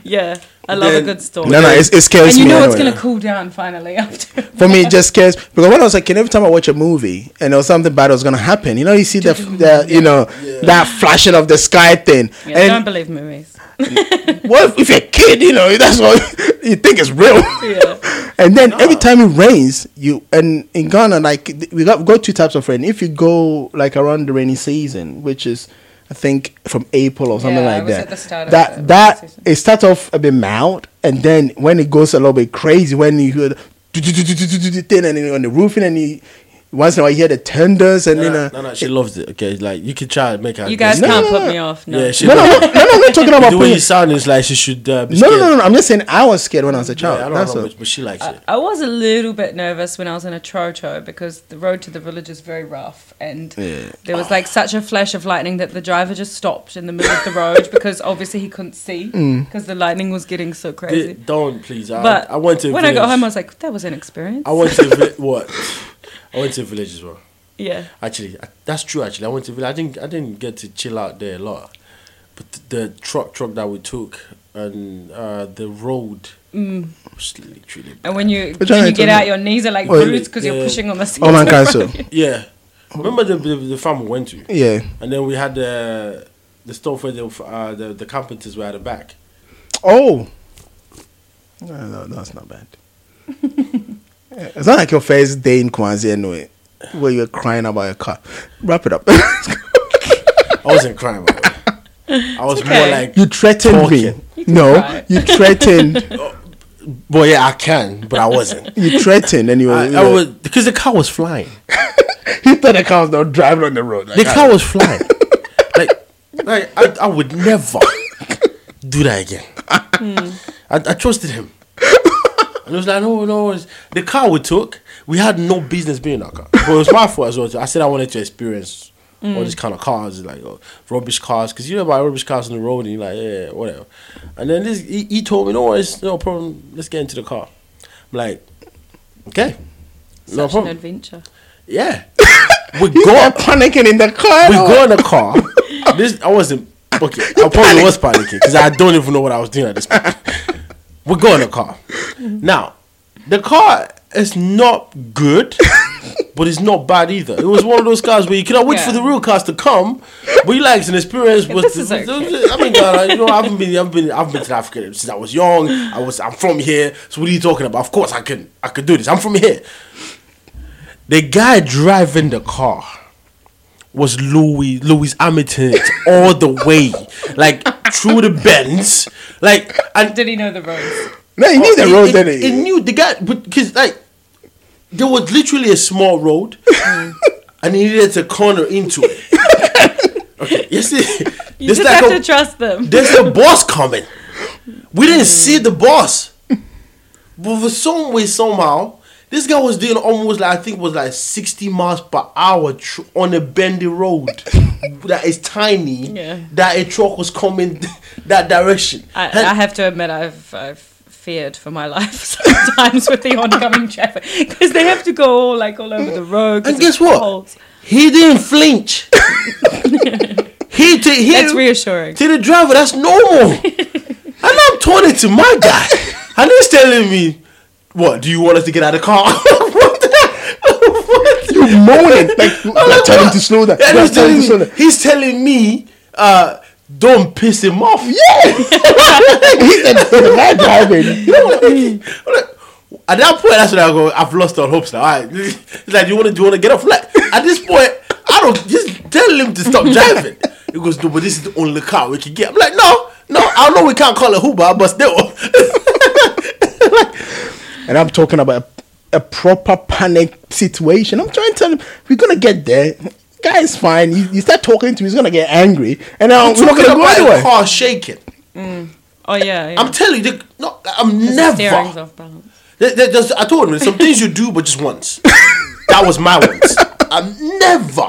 Speaker 2: Yeah, I love
Speaker 1: Then-
Speaker 2: a good storm.
Speaker 3: no, no, it, it scares
Speaker 2: and you
Speaker 3: me.
Speaker 2: know it's
Speaker 3: anyway.
Speaker 2: going to cool down finally after.
Speaker 3: [laughs] For me, it
Speaker 2: [laughs]
Speaker 3: just scares because when I was a kid, every time I watch a movie and there was something bad was gonna happen, you know, you see the, the you know that flashing of the sky thing,
Speaker 2: Yeah, don't
Speaker 3: and
Speaker 2: believe
Speaker 3: [laughs]
Speaker 2: movies.
Speaker 3: what if, if you're a kid, you know, that's what [laughs] you think is real.
Speaker 2: Yeah.
Speaker 3: [laughs] And then every time it rains, you and in Ghana, like th- we got, we got two types of rain. If you go like around the rainy season, which is I think from April or something
Speaker 2: Yeah, it
Speaker 3: like
Speaker 2: was
Speaker 3: that,
Speaker 2: at the start of the
Speaker 3: that that
Speaker 2: rainy season.
Speaker 3: it starts off a bit mild, and then when it goes a little bit crazy, when you hear the do- do- do- do- do- do- do thing and then on the roofing, and you once in a while you hear the tenders, and
Speaker 1: No,
Speaker 3: then
Speaker 1: no,
Speaker 3: uh,
Speaker 1: no, no, she loves it. Okay, like you can try and make her.
Speaker 2: You guys
Speaker 3: No,
Speaker 2: can't
Speaker 3: no,
Speaker 2: put
Speaker 3: no.
Speaker 2: me off. No.
Speaker 1: Yeah, she
Speaker 3: no, no,
Speaker 1: loves
Speaker 3: no, no, no, I'm not talking
Speaker 1: it. [laughs]
Speaker 3: about
Speaker 1: The way
Speaker 3: putting-
Speaker 1: you sound is like she should uh, be
Speaker 3: no, no,
Speaker 1: scared.
Speaker 3: no, no. I'm just saying I was scared when I was a child.
Speaker 1: Yeah, I don't
Speaker 3: That's
Speaker 1: know,
Speaker 3: all.
Speaker 1: but, but she likes it.
Speaker 2: I was a little bit nervous when I was in a trocho because the road to the village is very rough, and there was like such a flash of lightning that the driver just stopped in the middle of the road because obviously he couldn't see
Speaker 3: Mm.
Speaker 2: because the lightning was getting so crazy.
Speaker 1: Di- Don't please. I,
Speaker 2: but
Speaker 1: I went to. a
Speaker 2: when I got
Speaker 1: village.
Speaker 2: home, I was like, that was an experience.
Speaker 1: I went to a vi- [laughs] what? I went to a village as well.
Speaker 2: yeah.
Speaker 1: Actually, I- that's true. Actually, I went to village. I didn't. I didn't get to chill out there a lot, but th- the truck truck that we took and uh, the road was literally.
Speaker 2: And when you
Speaker 3: But
Speaker 2: when
Speaker 3: Johnny,
Speaker 2: you get
Speaker 3: Johnny-
Speaker 2: out, your knees are like
Speaker 3: Well,
Speaker 2: boots because
Speaker 1: yeah.
Speaker 2: you're pushing on the side.
Speaker 3: Oh
Speaker 2: [laughs]
Speaker 3: man, cancel.
Speaker 1: Yeah, remember the the, the farm we went to,
Speaker 3: Yeah.
Speaker 1: and then we had the the stuff where the uh, the the carpenters were at the back.
Speaker 3: Oh. No, no, that's not
Speaker 1: [laughs]
Speaker 3: bad. Yeah, it's not like your first day in Kwanzaa anyway, where you're crying about your car. Wrap it up. [laughs]
Speaker 1: I wasn't crying. by the way. I was more
Speaker 2: okay.
Speaker 1: like,
Speaker 3: you threatened
Speaker 1: Talking.
Speaker 3: me.
Speaker 2: can
Speaker 3: no,
Speaker 2: cry.
Speaker 3: you threatened.
Speaker 1: boy, yeah, I can, but I
Speaker 3: [laughs]
Speaker 1: wasn't.
Speaker 3: you threatened, and you were.
Speaker 1: I, I was because the car was flying.
Speaker 3: he thought the car was not driving on the road.
Speaker 1: The
Speaker 3: Like,
Speaker 1: car was flying. [laughs] like, like I, I would never do that again. I, I trusted him. And it was like, no, no. It's, the car we took, we had no business being in that car. But it was my fault as well. I said I wanted to experience all these kind of cars, like uh, rubbish cars, because you know about rubbish cars on the road, and you're like, yeah, whatever. And then this, he, he told me, no, it's no problem. Let's get into the car. I'm like, okay, no
Speaker 2: Such an
Speaker 1: problem.
Speaker 2: adventure.
Speaker 1: Yeah, we
Speaker 3: you
Speaker 1: go
Speaker 3: were panicking in the car.
Speaker 1: we go in the car. [laughs] This I wasn't okay. I probably was panicking because I don't even know what I was doing at this point. We go in the car. Now, the car is not good, but it's not bad either. It was one of those cars where you cannot wait for
Speaker 2: Yeah.
Speaker 1: the real cars to come. But you like it's an experience. Was
Speaker 2: This is okay.
Speaker 1: [laughs] I mean, uh, you know, I haven't been, I've been, I've been to Africa since I was young. I was, I'm from here. So what are you talking about? Of course, I can, I could do this. I'm from here. The guy driving the car was Louis Louis Hamilton [laughs] all the way, like through the bends, like and
Speaker 2: Did he know the roads?
Speaker 3: No, he knew the
Speaker 1: it-
Speaker 3: road, eh?
Speaker 1: it-
Speaker 3: didn't
Speaker 1: it
Speaker 3: he?
Speaker 1: knew the guy, because like there was literally a small road,
Speaker 3: [laughs]
Speaker 1: and he needed to corner into it.
Speaker 3: [laughs]
Speaker 1: okay, you see,
Speaker 2: You
Speaker 1: there's
Speaker 2: just
Speaker 1: like
Speaker 2: have
Speaker 1: a-
Speaker 2: to trust them.
Speaker 1: there's a boss coming. We didn't see the boss, but for some way somehow This guy was doing almost like I think it was like sixty miles per hour tr- on a bendy road [laughs] that is tiny.
Speaker 2: Yeah.
Speaker 1: That a truck was coming [laughs] that direction.
Speaker 2: I,
Speaker 1: And-
Speaker 2: I have to admit, I've, I've feared for my [laughs] life sometimes with the oncoming traffic because they have to go all like all over the road. 'cause
Speaker 1: And guess
Speaker 2: it's
Speaker 1: what?
Speaker 2: cold.
Speaker 1: He didn't flinch. [laughs] he to he
Speaker 2: That's reassuring.
Speaker 1: to the driver. That's
Speaker 3: [laughs]
Speaker 1: normal. and I'm turning to my guy, and he's telling me, "What do you want us to get out of the car?" [laughs] What the- what?
Speaker 3: You moaning like,
Speaker 1: [laughs] I'm
Speaker 3: like tell him to slow down.
Speaker 1: And
Speaker 3: Like,
Speaker 1: he's,
Speaker 3: tell
Speaker 1: telling
Speaker 3: him to slow
Speaker 1: me,
Speaker 3: down.
Speaker 1: he's telling me, uh, "Don't piss him off."
Speaker 3: He said, "Am I driving?"
Speaker 1: [laughs] [laughs] I'm like- At that point, that's when I go. I've lost all hopes now. All right. [laughs] It's like you want to, you want to get off. Like at this point, I don't just tell him to stop
Speaker 3: [laughs]
Speaker 1: driving. He goes, no, but this is the only car we can get. I'm like, no, no. I know we can't call it Uber, but still, [laughs]
Speaker 3: And I'm talking about a, a proper panic situation. I'm trying to tell him we're gonna get there. Guy is fine. You, you start talking to him, he's gonna get angry, and now we're not
Speaker 1: talking
Speaker 3: gonna go
Speaker 1: about a
Speaker 3: anywhere.
Speaker 1: car shaking.
Speaker 2: Oh yeah, yeah.
Speaker 1: I'm telling you, they- no, I'm
Speaker 2: The steering's
Speaker 1: never.
Speaker 2: off balance.
Speaker 1: There- there- there's- I told him there's
Speaker 2: [laughs]
Speaker 1: some things you do, but just once. that was my once. I'm never.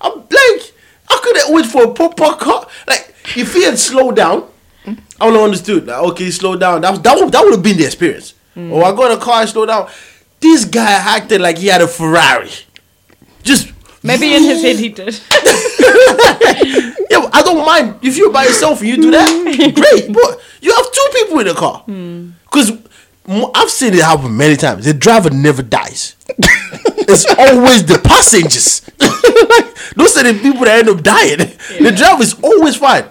Speaker 1: I'm like, I couldn't wait for a proper car. Like, if he had slowed down, I would have understood. Like, okay, slow down. That was, that would that would have been the experience.
Speaker 2: Mm.
Speaker 1: Oh, I got in a car, I slow down. This guy acted like he had a Ferrari. Just
Speaker 2: Maybe in his head
Speaker 1: [laughs]
Speaker 2: he did.
Speaker 1: yeah, but I don't mind if you're by yourself and you do
Speaker 2: [laughs]
Speaker 1: that. great, but you have two people in the car.
Speaker 2: Hmm.
Speaker 1: Because I've seen it happen many times. The driver never dies. it's always the passengers. [laughs] Those are the people that end up dying. The driver is always fine.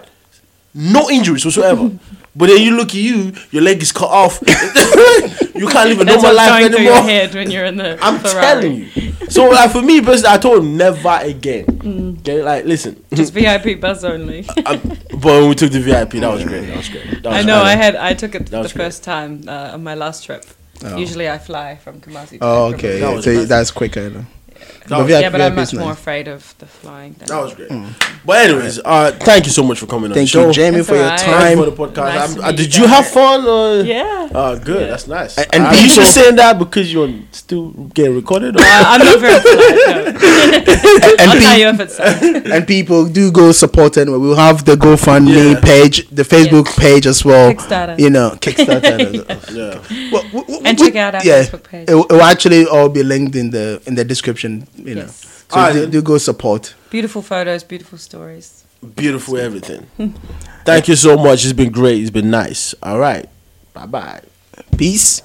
Speaker 1: No injuries
Speaker 2: [laughs]
Speaker 1: whatsoever. But then you look at you, your leg is cut off. [laughs] you can't live a normal
Speaker 2: That's what's
Speaker 1: life
Speaker 2: going through your
Speaker 1: anymore.
Speaker 2: head when you're in the
Speaker 1: I'm
Speaker 2: Ferrari.
Speaker 1: telling you. So like, for me personally, I told him never again.
Speaker 2: Hmm.
Speaker 1: Okay, like listen.
Speaker 2: It's VIP buzz only. [laughs]
Speaker 1: I, but when we took the VIP, that was great. That was great. That was
Speaker 2: I know. I
Speaker 1: great.
Speaker 2: had. I took it the
Speaker 1: was great.
Speaker 2: first time uh, on my last trip. Usually I fly from Kumasi. To
Speaker 3: Oh,
Speaker 2: Kumasi.
Speaker 3: okay.
Speaker 1: That
Speaker 3: Yeah,
Speaker 1: was
Speaker 3: so
Speaker 1: nice.
Speaker 3: that's quicker. You know.
Speaker 1: That was,
Speaker 3: Yeah,
Speaker 2: Yeah, but I'm
Speaker 3: VIP is
Speaker 2: much more
Speaker 3: nice.
Speaker 2: afraid of the flying. Than
Speaker 1: that was great. But anyways, uh, thank you so much for coming on the
Speaker 3: Thank
Speaker 1: show.
Speaker 3: you, Jamie,
Speaker 2: It's
Speaker 3: for your
Speaker 2: alright.
Speaker 1: Thank
Speaker 3: time.
Speaker 1: you for the podcast.
Speaker 2: Nice
Speaker 1: I'm-
Speaker 2: to
Speaker 1: uh,
Speaker 2: meet
Speaker 1: did
Speaker 2: you
Speaker 1: you have
Speaker 2: guys.
Speaker 1: fun? Or?
Speaker 2: Yeah.
Speaker 1: Uh, good.
Speaker 2: Yeah.
Speaker 1: That's nice.
Speaker 3: A- and
Speaker 1: Uh,
Speaker 3: be
Speaker 1: you
Speaker 3: so-
Speaker 1: just saying that because you're still getting recorded. Or?
Speaker 2: Uh, I'm not very
Speaker 3: [laughs]
Speaker 2: polite. No. [laughs] I'll tell you if it's. so.
Speaker 3: and people do go support anyway. We'll have the GoFundMe
Speaker 1: Yeah.
Speaker 3: page, the Facebook page as well.
Speaker 2: Kickstarter.
Speaker 3: You know, Kickstarter.
Speaker 2: [laughs]
Speaker 1: yeah.
Speaker 3: Well, w- w-
Speaker 2: And
Speaker 3: w-
Speaker 2: check out our Facebook page.
Speaker 3: It, will- it will actually all be linked in the in the description. You know,
Speaker 2: Yes.
Speaker 3: so
Speaker 1: Alright
Speaker 3: do,
Speaker 1: then.
Speaker 3: do go support.
Speaker 2: Beautiful photos, beautiful stories.
Speaker 1: Beautiful everything. thank you so much. It's been great. It's been nice. All right. Bye bye.
Speaker 3: Peace.